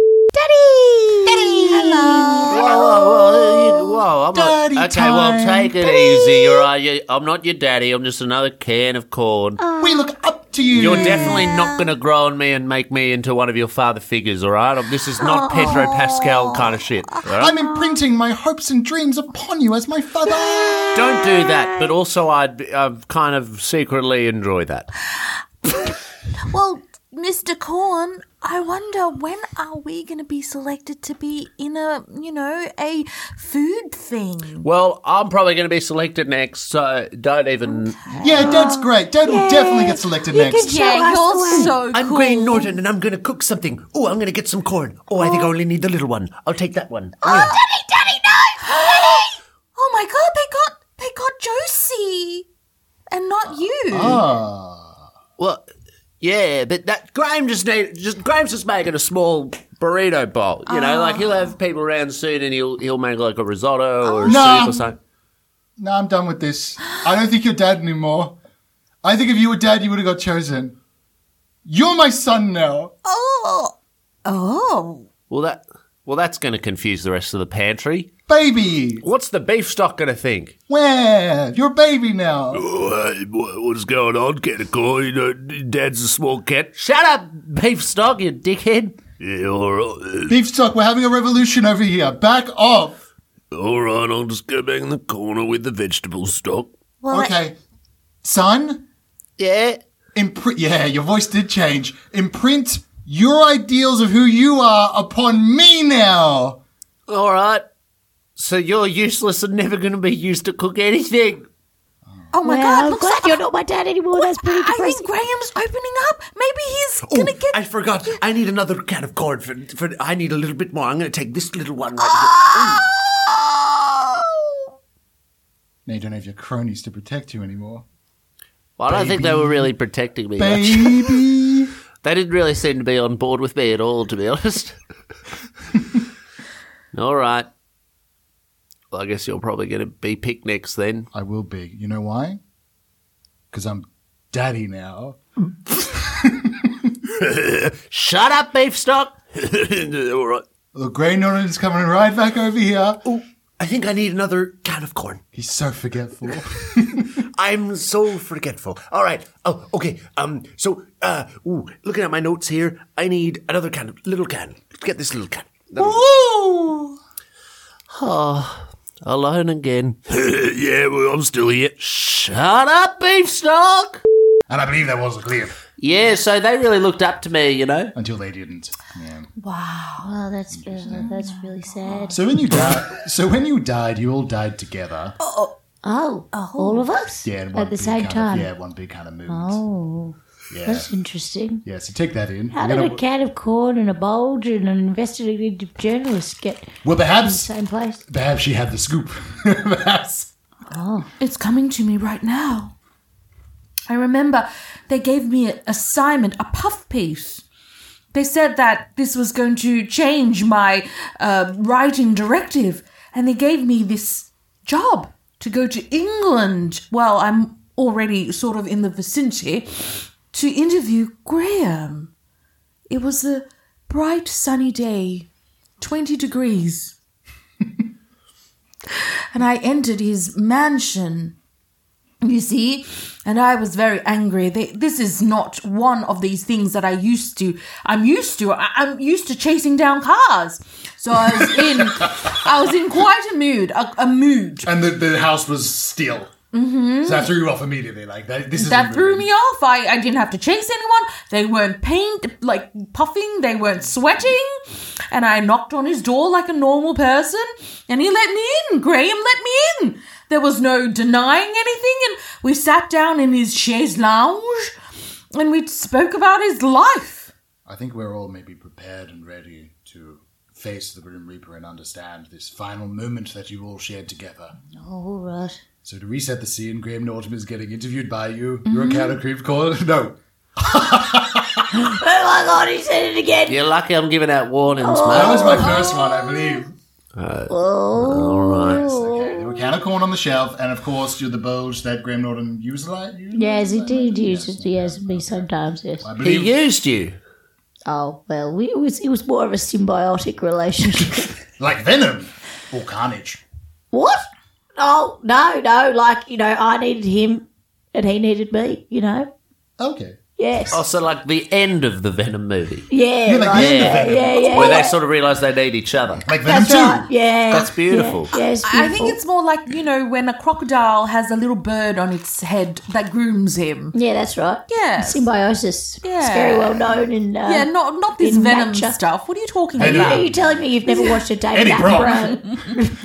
D: whoa, whoa! you- whoa I'm
A: Daddy
D: not, okay,
A: time.
D: well, take it easy. All right, you, I'm not your daddy. I'm just another can of corn.
A: We look up to you.
D: You're definitely not going to grow on me and make me into one of your father figures, all right? Um, This is not Pedro
A: Oh.
D: Pascal kind of shit. all right?
A: I'm imprinting my hopes and dreams upon you as my father.
D: Don't do that, but also I'd uh, kind of secretly enjoy that.
B: Well, Mr. Corn, I wonder when are we going to be selected to be in a, you know, a food thing?
D: Well, I'm probably going to be selected next, so don't even.
A: yeah, Dad's great. Dad will definitely get selected next.
B: Yeah, you're so
D: I'm
B: cool.
D: Graham Norton and I'm going to cook something. Oh, I'm going to get some corn. Oh, I think I only need the little one. I'll take that one.
A: Oh,
D: Yeah.
B: Daddy, Daddy, no! Daddy! (gasps) Oh my God, they got they got Josie, and not you.
A: Ah.
D: Well, yeah, but that Graham just need just Graham's just making a small burrito bowl. You know, like he'll have people around soon, and he'll he'll make like a risotto or a
A: No.
D: soup or something.
A: No, I'm done with this. I don't think you're dad anymore. I think if you were dad, you would have got chosen. You're my son now.
B: Oh, oh.
D: Well, that well that's going to confuse the rest of the pantry.
A: Baby!
D: What's the beef stock going to think?
A: Where? You're a baby now.
D: Oh, hey, what- what's going on, Caticor? You know, Uh, Dad's a small cat. Shut up, beef stock, you dickhead. Yeah, all right.
A: Beefstock, we're having a revolution over here. Back off.
D: All right, I'll just go back in the corner with the vegetable stock.
A: okay. Son?
D: Yeah.
A: Imprint Yeah, your voice did change. Imprint your ideals of who you are upon me now.
D: All right. So you're useless and never going to be used to cook anything.
C: Oh my
L: Well,
C: god, looks like you're not my dad anymore. That's pretty depressing. I think
B: Graham's opening up. Maybe he's
D: Oh, I forgot. I need another can of corn. For, for I need a little bit more. I'm going to take this little one right
A: Now you don't have your cronies to protect you anymore.
D: Well, I don't think they
A: Baby.
D: were really protecting me. Much.
A: Baby.
D: They didn't really seem to be on board with me at all, to be (laughs) honest. all right. Well, I guess you're probably going to be picnics then.
A: I will be. You know why? Because I'm daddy now.
D: Shut up, beef stock. (laughs) all right.
A: The Grey Norton's coming right back over here.
D: I think I need another can of corn.
A: He's so forgetful.
D: I'm so forgetful. All right. Oh, okay. Um. So, uh, ooh, looking at my notes here, I need another can, of- little can. Let's get this little can.
B: Ooh!
D: Oh, alone again. (laughs) yeah, well, I'm still here. Shut up, beefstock.
A: And I believe that was a clip.
D: Yeah, so they really looked up to me, you know.
A: Until they didn't. Yeah.
C: Wow. Well, that's uh, that's really sad.
A: So when you died, so when you died, you all died together.
C: Oh, all of us
A: Yeah, in one
C: at the
A: big
C: same
A: kind of-
C: time.
A: yeah, one big kind of movement.
C: Oh,
A: Yeah.
C: that's interesting.
A: Yeah, so take that in.
C: How
A: We're
C: did
A: gonna-
C: a can of corn and a bulge and an investigative journalist get
A: Well,
C: in the
A: perhaps,
C: same place?
A: perhaps she had the scoop. (laughs) perhaps.
B: Oh. It's coming to me right now. I remember they gave me an assignment, a puff piece. They said that this was going to change my uh, writing directive, and they gave me this job to go to England. Well, I'm already sort of in the vicinity to interview Graham. It was a bright, sunny day, 20 degrees and I entered his mansion. You see, and I was very angry. They, this is not one of these things that I used to. I'm used to. I, I'm used to chasing down cars. So I was in. I was in quite a mood. A, a mood.
A: And the, the house was still.
B: Mm-hmm.
A: So that threw you off immediately. Like that, this is
B: that threw me off. I, I didn't have to chase anyone. They weren't paint like puffing. They weren't sweating. And I knocked on his door like a normal person, and he let me in. Graham let me in. There was no denying anything, and we sat down in his chaise lounge, and we spoke about his life.
A: I think we're all maybe prepared and ready to face the Grim Reaper and understand this final moment that you all shared together.
C: All right.
A: So to reset the scene, Graham Norton is getting interviewed by you. You're a
C: Mm-hmm.
A: cat of creep call. (laughs) No,
C: oh my god, he said it again.
D: You're lucky I'm giving out warnings,
C: Oh.
D: mate.
A: that was my first one, I believe.
C: Oh,
D: All right.
A: Okay, there were can of corn on the shelf, and of course, you're the bulge that Graham Norton used. Like, used
C: yes, he did use it. Yes, me sometimes. Yes.
A: I
D: He
A: believe
D: used you.
C: Oh well, we, it was it was more of a symbiotic relationship.
A: like venom or carnage.
C: What? Oh no, no! Like you know, I needed him, and he needed me. You know.
A: Okay.
C: Yes.
D: Also, like the end of the Venom movie.
C: Yeah.
A: like
C: right.
A: the end of
C: yeah,
A: Venom.
C: yeah. Yeah.
D: Where they sort of realise they need each other.
A: Like venom
C: That's
A: too.
C: right. Yeah.
D: That's beautiful.
C: Yeah, it's
B: I think
C: beautiful.
B: it's more like you know when a crocodile has a little bird on its head that grooms him.
C: Yeah, that's right.
B: Yes.
C: Symbiosis. It's
B: Yeah.
C: very well known in. Uh,
B: Yeah, not not this
C: in
B: venom
C: nature.
B: stuff. What are you talking
A: Hey,
C: Are
B: about?
C: you telling me you've never watched a David
A: Eddie Brock.
C: Attenborough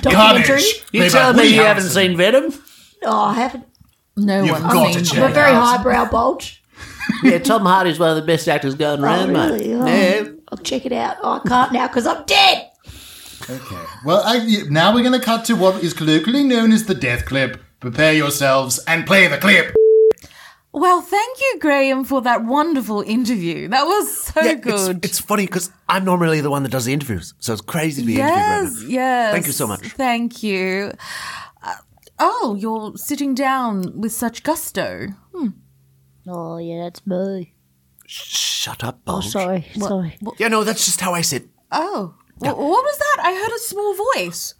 D: (laughs)
C: documentary?
D: You
A: Levi
D: telling me you
A: Wheelhouse.
D: haven't seen Venom?
C: Oh, I haven't.
B: No
A: You've
B: one.
A: got
B: seen
A: to
B: it.
A: check
C: I'm a very
A: out.
C: highbrow bulge.
D: Yeah, Tom Hardy's one of the best actors going
C: Oh,
D: around,
C: really?
D: mate.
C: Oh,
D: Yeah.
C: I'll check it out. Oh, I can't now because I'm dead.
A: Okay. Well, I, now we're going to cut to what is colloquially known as the death clip. Prepare yourselves and play the clip.
B: Well, thank you, Graham, for that wonderful interview. That was so
D: Yeah, it's-
B: good.
D: It's, funny because I'm normally the one that does the interviews, so it's crazy to be interviewed.
B: yes,
D: right now.
B: yes.
D: Thank you so much.
B: Thank you. Uh, oh, you're sitting down with such gusto.
C: Oh yeah, that's me.
D: Shut up,
C: Oh,
D: Bulge.
C: sorry, sorry.
D: Yeah, no, that's just how I sit.
B: Oh, wh- what was that? I heard a small voice.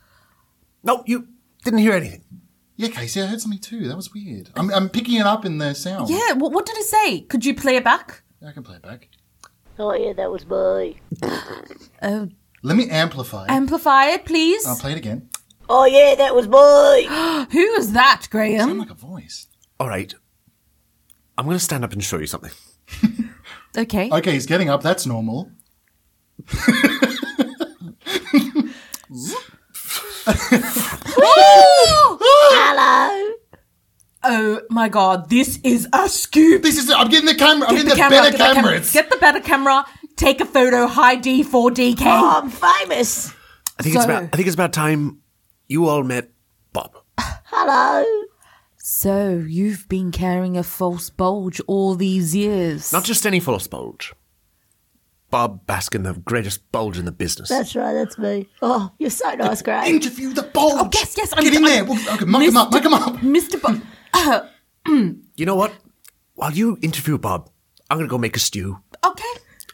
M: No, you didn't hear anything.
A: Yeah, Casey, I heard something too. That was weird. I'm, I'm picking it up in the sound.
B: Yeah, what, what did it say? Could you play it back?
A: I can play it back.
F: Oh, yeah, that was me.
B: Oh,
A: Let me amplify. it.
B: amplify it, please.
A: I'll play it again.
F: Oh, yeah, that was me.
B: Who was that, Graham?
A: a voice.
M: All right. I'm going to stand up and show you something.
B: Okay.
A: Okay, he's getting up. That's normal.
B: (gasps)
F: Hello.
B: Oh my god, this is a scoop.
A: This is I'm getting the camera. I'm
B: Get
A: getting the better
B: get the
A: camera.
B: camera.
A: It's-
B: Get the better camera. Take a photo. High D, 4DK.
C: Oh, I'm famous.
M: I think it's
B: So-
M: about. I think it's about time you all met Bob.
C: Hello.
B: So, you've been carrying a false bulge all these years.
M: Not just any false bulge. Bob Baskin, the greatest bulge in the business.
C: That's right, that's me. Oh, you're so nice, Graham.
B: (coughs)
A: Interview the bulge. Oh,
B: yes, yes.
A: Get in there. Well, okay, muck him up. Muck him up.
B: Mr. Bob.
M: You know what? While you interview Bob, I'm gonna go make a stew.
B: okay.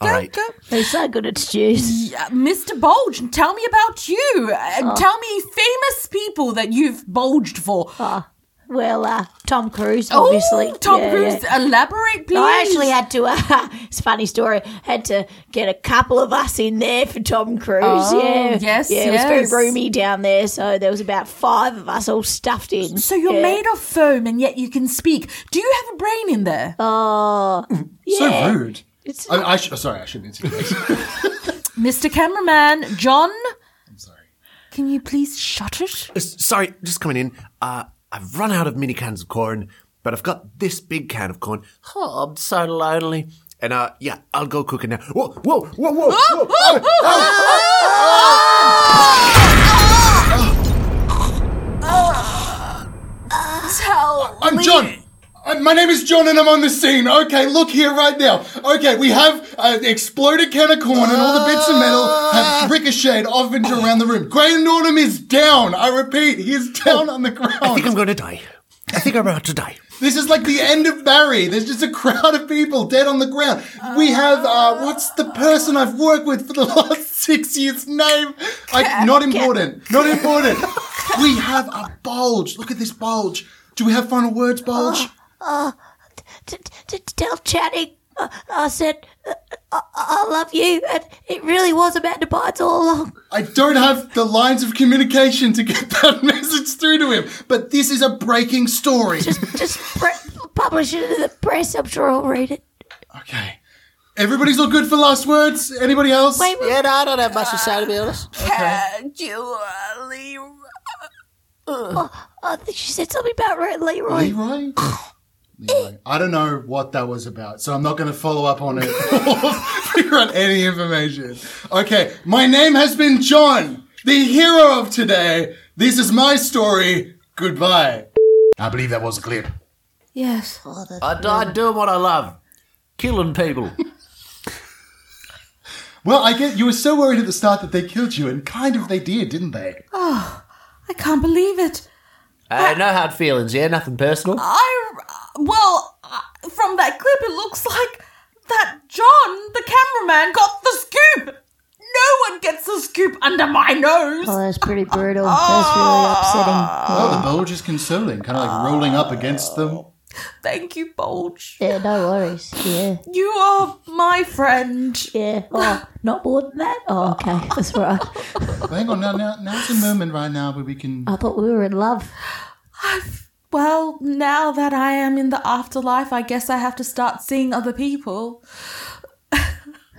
M: All right.
B: Go.
C: He's so good at stews.
B: Yeah, Mr. Bulge, tell me about you. Uh,
C: Oh.
B: Tell me famous people that you've bulged for.
C: Well, uh, Tom Cruise,
B: Oh,
C: obviously.
B: Tom
C: Yeah,
B: Cruise,
C: yeah.
B: elaborate, please.
C: I actually had to. (laughs) Uh, it's a funny story. Had to get a couple of us in there for Tom Cruise.
B: Oh,
C: yeah,
B: yes,
C: yeah. It was
B: yes.
C: very roomy down there, so there was about five of us all stuffed in.
B: So you're
C: Yeah.
B: made of foam and yet you can speak. Do you have a brain in there?
C: Oh,
A: So rude.
C: It's-
A: I, I sh- oh, sorry, I shouldn't interview.
B: Mr. Cameraman, John. I'm sorry. Can you please shut it?
M: Uh, Sorry, just coming in. Uh, I've run out of mini cans of corn, but I've got this big can of corn. Oh, I'm so lonely. And uh, yeah, I'll go cooking now. Whoa, whoa, whoa, whoa!
N: Ah!
M: whoa.
C: Tell
A: I'm John. I- My name is John and I'm on the scene. Okay, look here right now. Okay, we have an exploded can of corn and all the bits of metal have ricocheted off and around the room. Graham Norton is down. I repeat, he is down on the ground. I think
M: I'm going to die. I think I'm about to die.
A: This is like the end of Barry. There's just a crowd of people dead on the ground. We have, uh, what's the person I've worked with for the (laughs) last six years' name? Like, not important. Not important. We have a bulge. Look at this bulge. Do we have final words, bulge?
C: Uh, t- t- t- tell Channing uh, I said uh, I-, I love you, and it really was Amanda Bynes all along. (laughs)
A: I don't have the lines of communication to get (laughs) that message through to him, but this is a breaking story.
C: Just pre- publish it in the press. I'm sure I'll read it.
A: Okay. Everybody's all good for last words? Anybody else?
N: Yeah, no, I don't have much to say, to be honest.
C: Can you, uh, Leroy? Oh, I think she said something about Re- Leroy.
A: Leroy? (sighs) Anyway, I don't know what that was about, so I'm not going to follow up on it (laughs) or figure out any information. Okay, my name has been John, the hero of today. This is my story. Goodbye. I believe that was a clip.
B: Yes.
D: I died doing what I love,
N: (laughs)
D: killing people.
A: Well, I get you were so worried at the start that they killed you, and kind of they did, didn't they?
B: Oh, I can't believe it.
M: Uh,
D: hey, no hard feelings, yeah, nothing personal.
B: I. Well, uh, from that clip, it looks like that John, the cameraman, got the scoop. No one gets the scoop under my nose.
C: Oh, that's pretty brutal. That's really upsetting.
A: Oh, the bulge is consoling, kind of like rolling up against them.
B: Oh. Thank you, Bulge.
C: Yeah, no worries. Yeah.
B: You are my friend.
C: Yeah. Oh, not more than that? Oh, (laughs) okay. That's right.
A: Well, hang on, now, now, now's the moment right now where we
B: (laughs)
A: can.
C: I thought we were in love.
B: Well, now that I am in the afterlife, I guess I have to start seeing other people.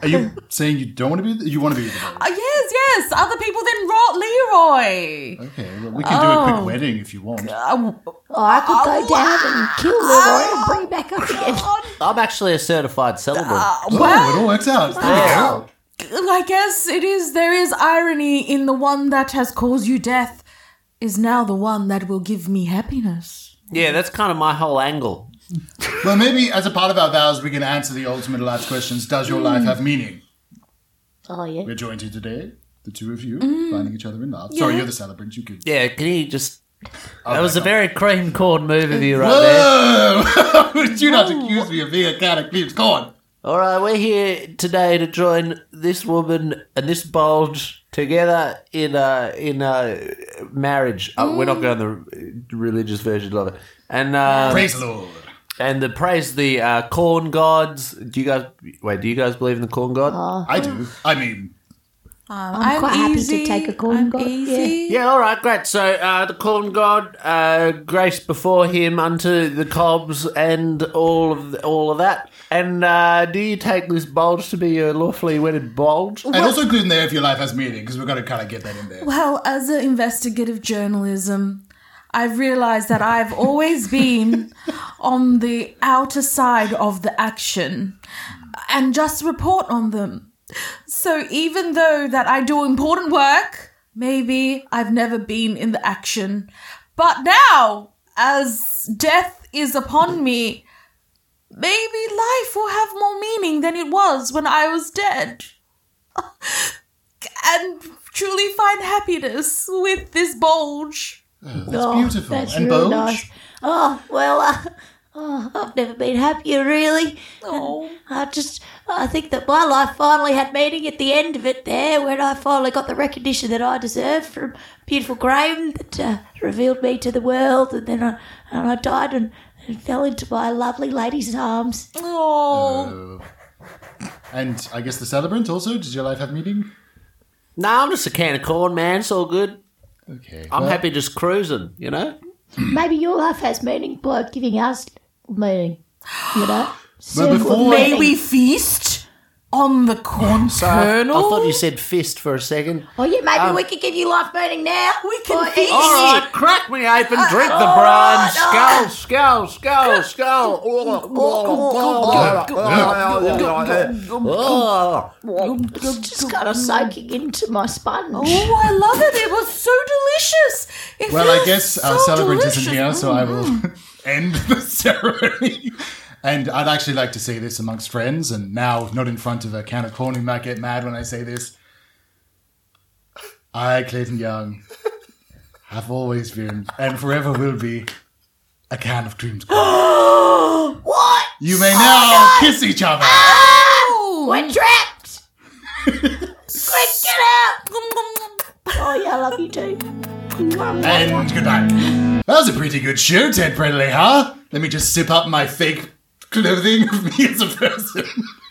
A: Are you saying you don't want to be? The, you want to be? The,
B: Uh, yes, yes, other people than Rot Leroy. Uh,
A: okay, well, we can do a
B: Oh.
A: quick wedding if you want.
C: Oh, I could go down and kill Leroy and bring him back up again.
D: I'm actually a certified celebrant.
A: Oh, it all works out.
N: Ah.
D: Yeah.
B: I guess it is. There is irony in the one that has caused you death is now the one that will give me happiness.
D: Yeah, that's kind of my whole angle.
A: Well, maybe as a part of our vows, we can answer the ultimate last questions. Does your
C: Mm.
A: life have meaning?
C: Oh, yeah.
A: We're joined here today, the two of you,
C: Mm.
A: finding each other in love. Sorry,
D: Yeah.
A: you're the celebrant. You could.
D: Yeah, can you just? that was a very cream corn move of you right
A: (laughs) Whoa! Would you not accuse me of being a cat of Go on.
D: there. All right, we're here today to join this woman and this bulge together in uh, in uh, marriage. Uh, we're not going the uh, religious version of it. And uh,
A: Praise the Lord.
D: And the praise the uh, corn gods. Do you guys wait? Do you guys believe in the corn god?
A: I do. I mean,
B: Um,
C: I'm quite happy to take a
B: corn I'm easy.
D: Yeah, all right, great. So uh, the corn god, uh, grace before him unto the cobs and all of all of that. And uh, do you take this bulge to be your lawfully wedded bulge?
A: and also include in there if your life has meaning because we're gonna kind of get that in there.
B: Well, as an investigative journalism, I've realized that I've always been on the outer side of the action and just report on them. So even though that I do important work, maybe I've never been in the action. But now, as death is upon me, maybe life will have more meaning than it was when I was dead and truly find happiness with this bulge.
A: That's beautiful.
C: Oh, That's
A: and
C: really
A: bulge.
C: nice. Oh well, uh, oh, I've never been happier really. Oh. I just I think that my life finally had meaning at the end of it there, when I finally got the recognition that I deserved from beautiful Graham that uh, revealed me to the world, and then I and I died and, and fell into my lovely lady's arms.
A: Uh,
B: Oh,
A: And I guess the celebrant also. Does your life have meaning?
D: No, I'm just a can of corn, man. It's all good.
A: Okay,
D: I'm
A: well-
D: happy just cruising. You know.
C: Maybe your life has meaning by giving us meaning. You know. Simple
D: before-
C: meaning.
B: May we feast on the corn
D: I, I
B: kernel?
D: thought you said fist for a second.
C: Oh yeah, maybe
D: Um,
C: we could give you life meaning now. We
B: can
D: All right, crack me open, drink the brine, skull, skull, skull, skull. Oh,
C: It's just kind of soaking into my sponge.
B: Oh, I love it. It was so delicious. It
A: well, I
B: feels
A: guess our
B: so
A: celebrant
B: delicious.
A: isn't here, so I will (laughs) end the ceremony. And I'd actually like to say this amongst friends, and now not in front of a can of corn who might get mad when I say this. I, Clayton Young, have always been, and forever will be, a can of
B: (gasps)
A: creamed corn.
C: what?
A: You may now kiss each other.
B: Oh,
C: (laughs) we're trapped. Quick, get out! oh yeah, I love you too.
A: And goodbye. That was a pretty good show, Ted Predley, huh? Let me just sip up my fake clothing of me as a person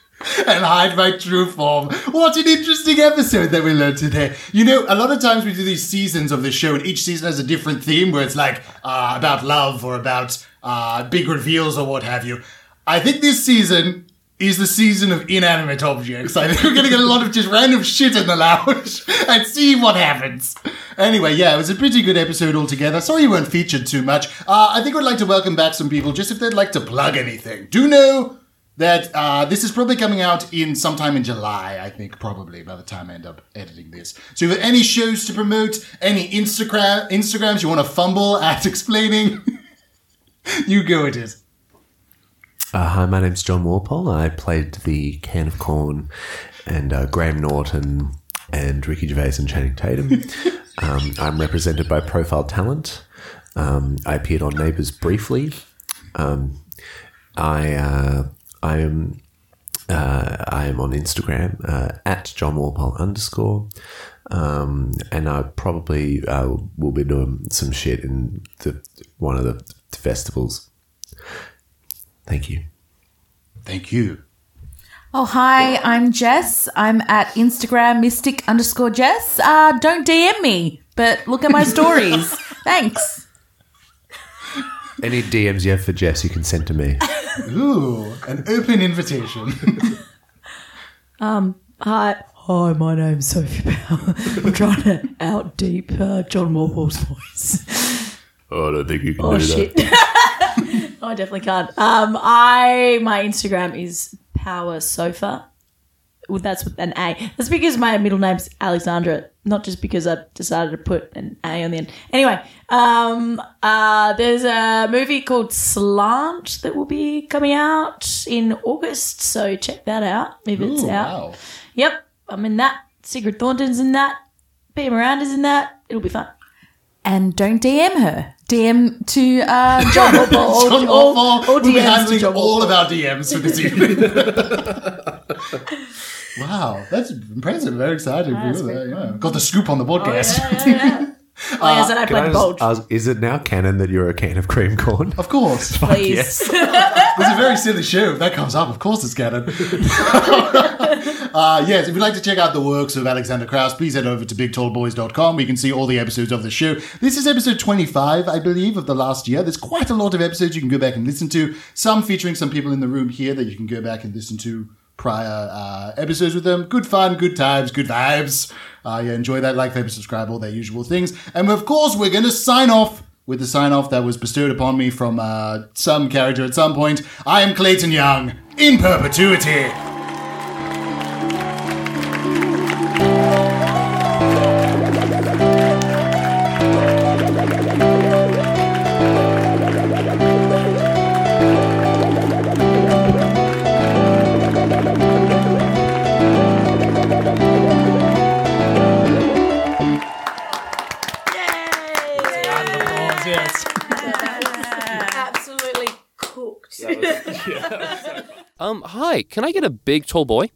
A: (laughs) and hide my true form. What an interesting episode that we learned today. You know, a lot of times we do these seasons of the show, and each season has a different theme where it's like uh, about love or about uh, big reveals or what have you. I think this season is the season of inanimate objects. I think we're going to get a lot of just random shit in the lounge (laughs) and see what happens. Anyway, yeah, it was a pretty good episode altogether. Sorry you weren't featured too much. Uh, I think I'd like to welcome back some people just if they'd like to plug anything. Do know that uh, this is probably coming out in sometime in July, I think, probably by the time I end up editing this. So, if there are any shows to promote, any Instagram Instagrams you want to fumble at (laughs) explaining, you go it is.
M: Uh, hi, my name's John Walpole. I played the Can of Corn and uh, Graham Norton and Ricky Gervais and Channing Tatum. um, I'm represented by Profile Talent. Um, I appeared on Neighbours briefly. Um, I uh, I am uh, I am on Instagram uh, at John Walpole underscore, um, and I probably uh, will be doing some shit in the one of the festivals. Thank you.
A: Thank you.
B: Oh, hi, I'm Jess. I'm at Instagram mystic underscore Jess. Uh, don't DM me, but look at my stories. Thanks.
M: Any DMs you have for Jess, you can send to me.
A: Ooh, an open invitation.
E: Um, hi. Hi, my name's Sophie Powell. I'm trying to out deep uh, John Walpole's voice.
M: Oh, I don't think you can
E: Oh shit! (laughs) No, I definitely can't. Um, I my Instagram is Power Sofa. Well, that's with an A. That's because my middle name's Alexandra, not just because I decided to put an A on the end. Anyway, um, uh, there's a movie called Slant that will be coming out in August, so check that out if it's
A: Ooh,
E: out.
A: wow.
E: Yep, I'm in that. Sigrid Thornton's in that. Peter Miranda's in that. It'll be fun.
B: and don't DM her. DM to uh,
A: (laughs)
B: John or, or,
A: John
B: or-
A: Orfall
B: or
A: will be
B: DMs to
A: handling
B: John
A: all of our DMs for
E: (laughs)
A: this evening. wow, that's impressive. Very exciting.
E: Yeah, that's Oh,
A: Really, yeah. Got the scoop on the podcast.
E: Like I said, I
M: Can I
E: played
M: just
E: Bulge.
M: ask, is it now canon that you're a can of cream corn?
A: (laughs) Of course.
M: Fuck
E: Please.
M: yes.
A: There's a very silly show. If that comes up, of course it's canon. uh, yes, if you'd like to check out the works of Alexander Krauss, please head over to bigtallboys.com. We can see all the episodes of the show. This is episode 25, I believe, of the last year. There's quite a lot of episodes you can go back and listen to, some featuring some people in the room here that you can go back and listen to prior uh, episodes with them. Good fun, good times, good vibes. Uh, yeah, enjoy that. Like, favorite, subscribe, all their usual things. And of course, we're going to sign off with the sign off that was bestowed upon me from uh, some character at some point. I am Clayton Young in perpetuity.
C: Absolutely cooked.
O: Um, hi, can I get a big tall boy?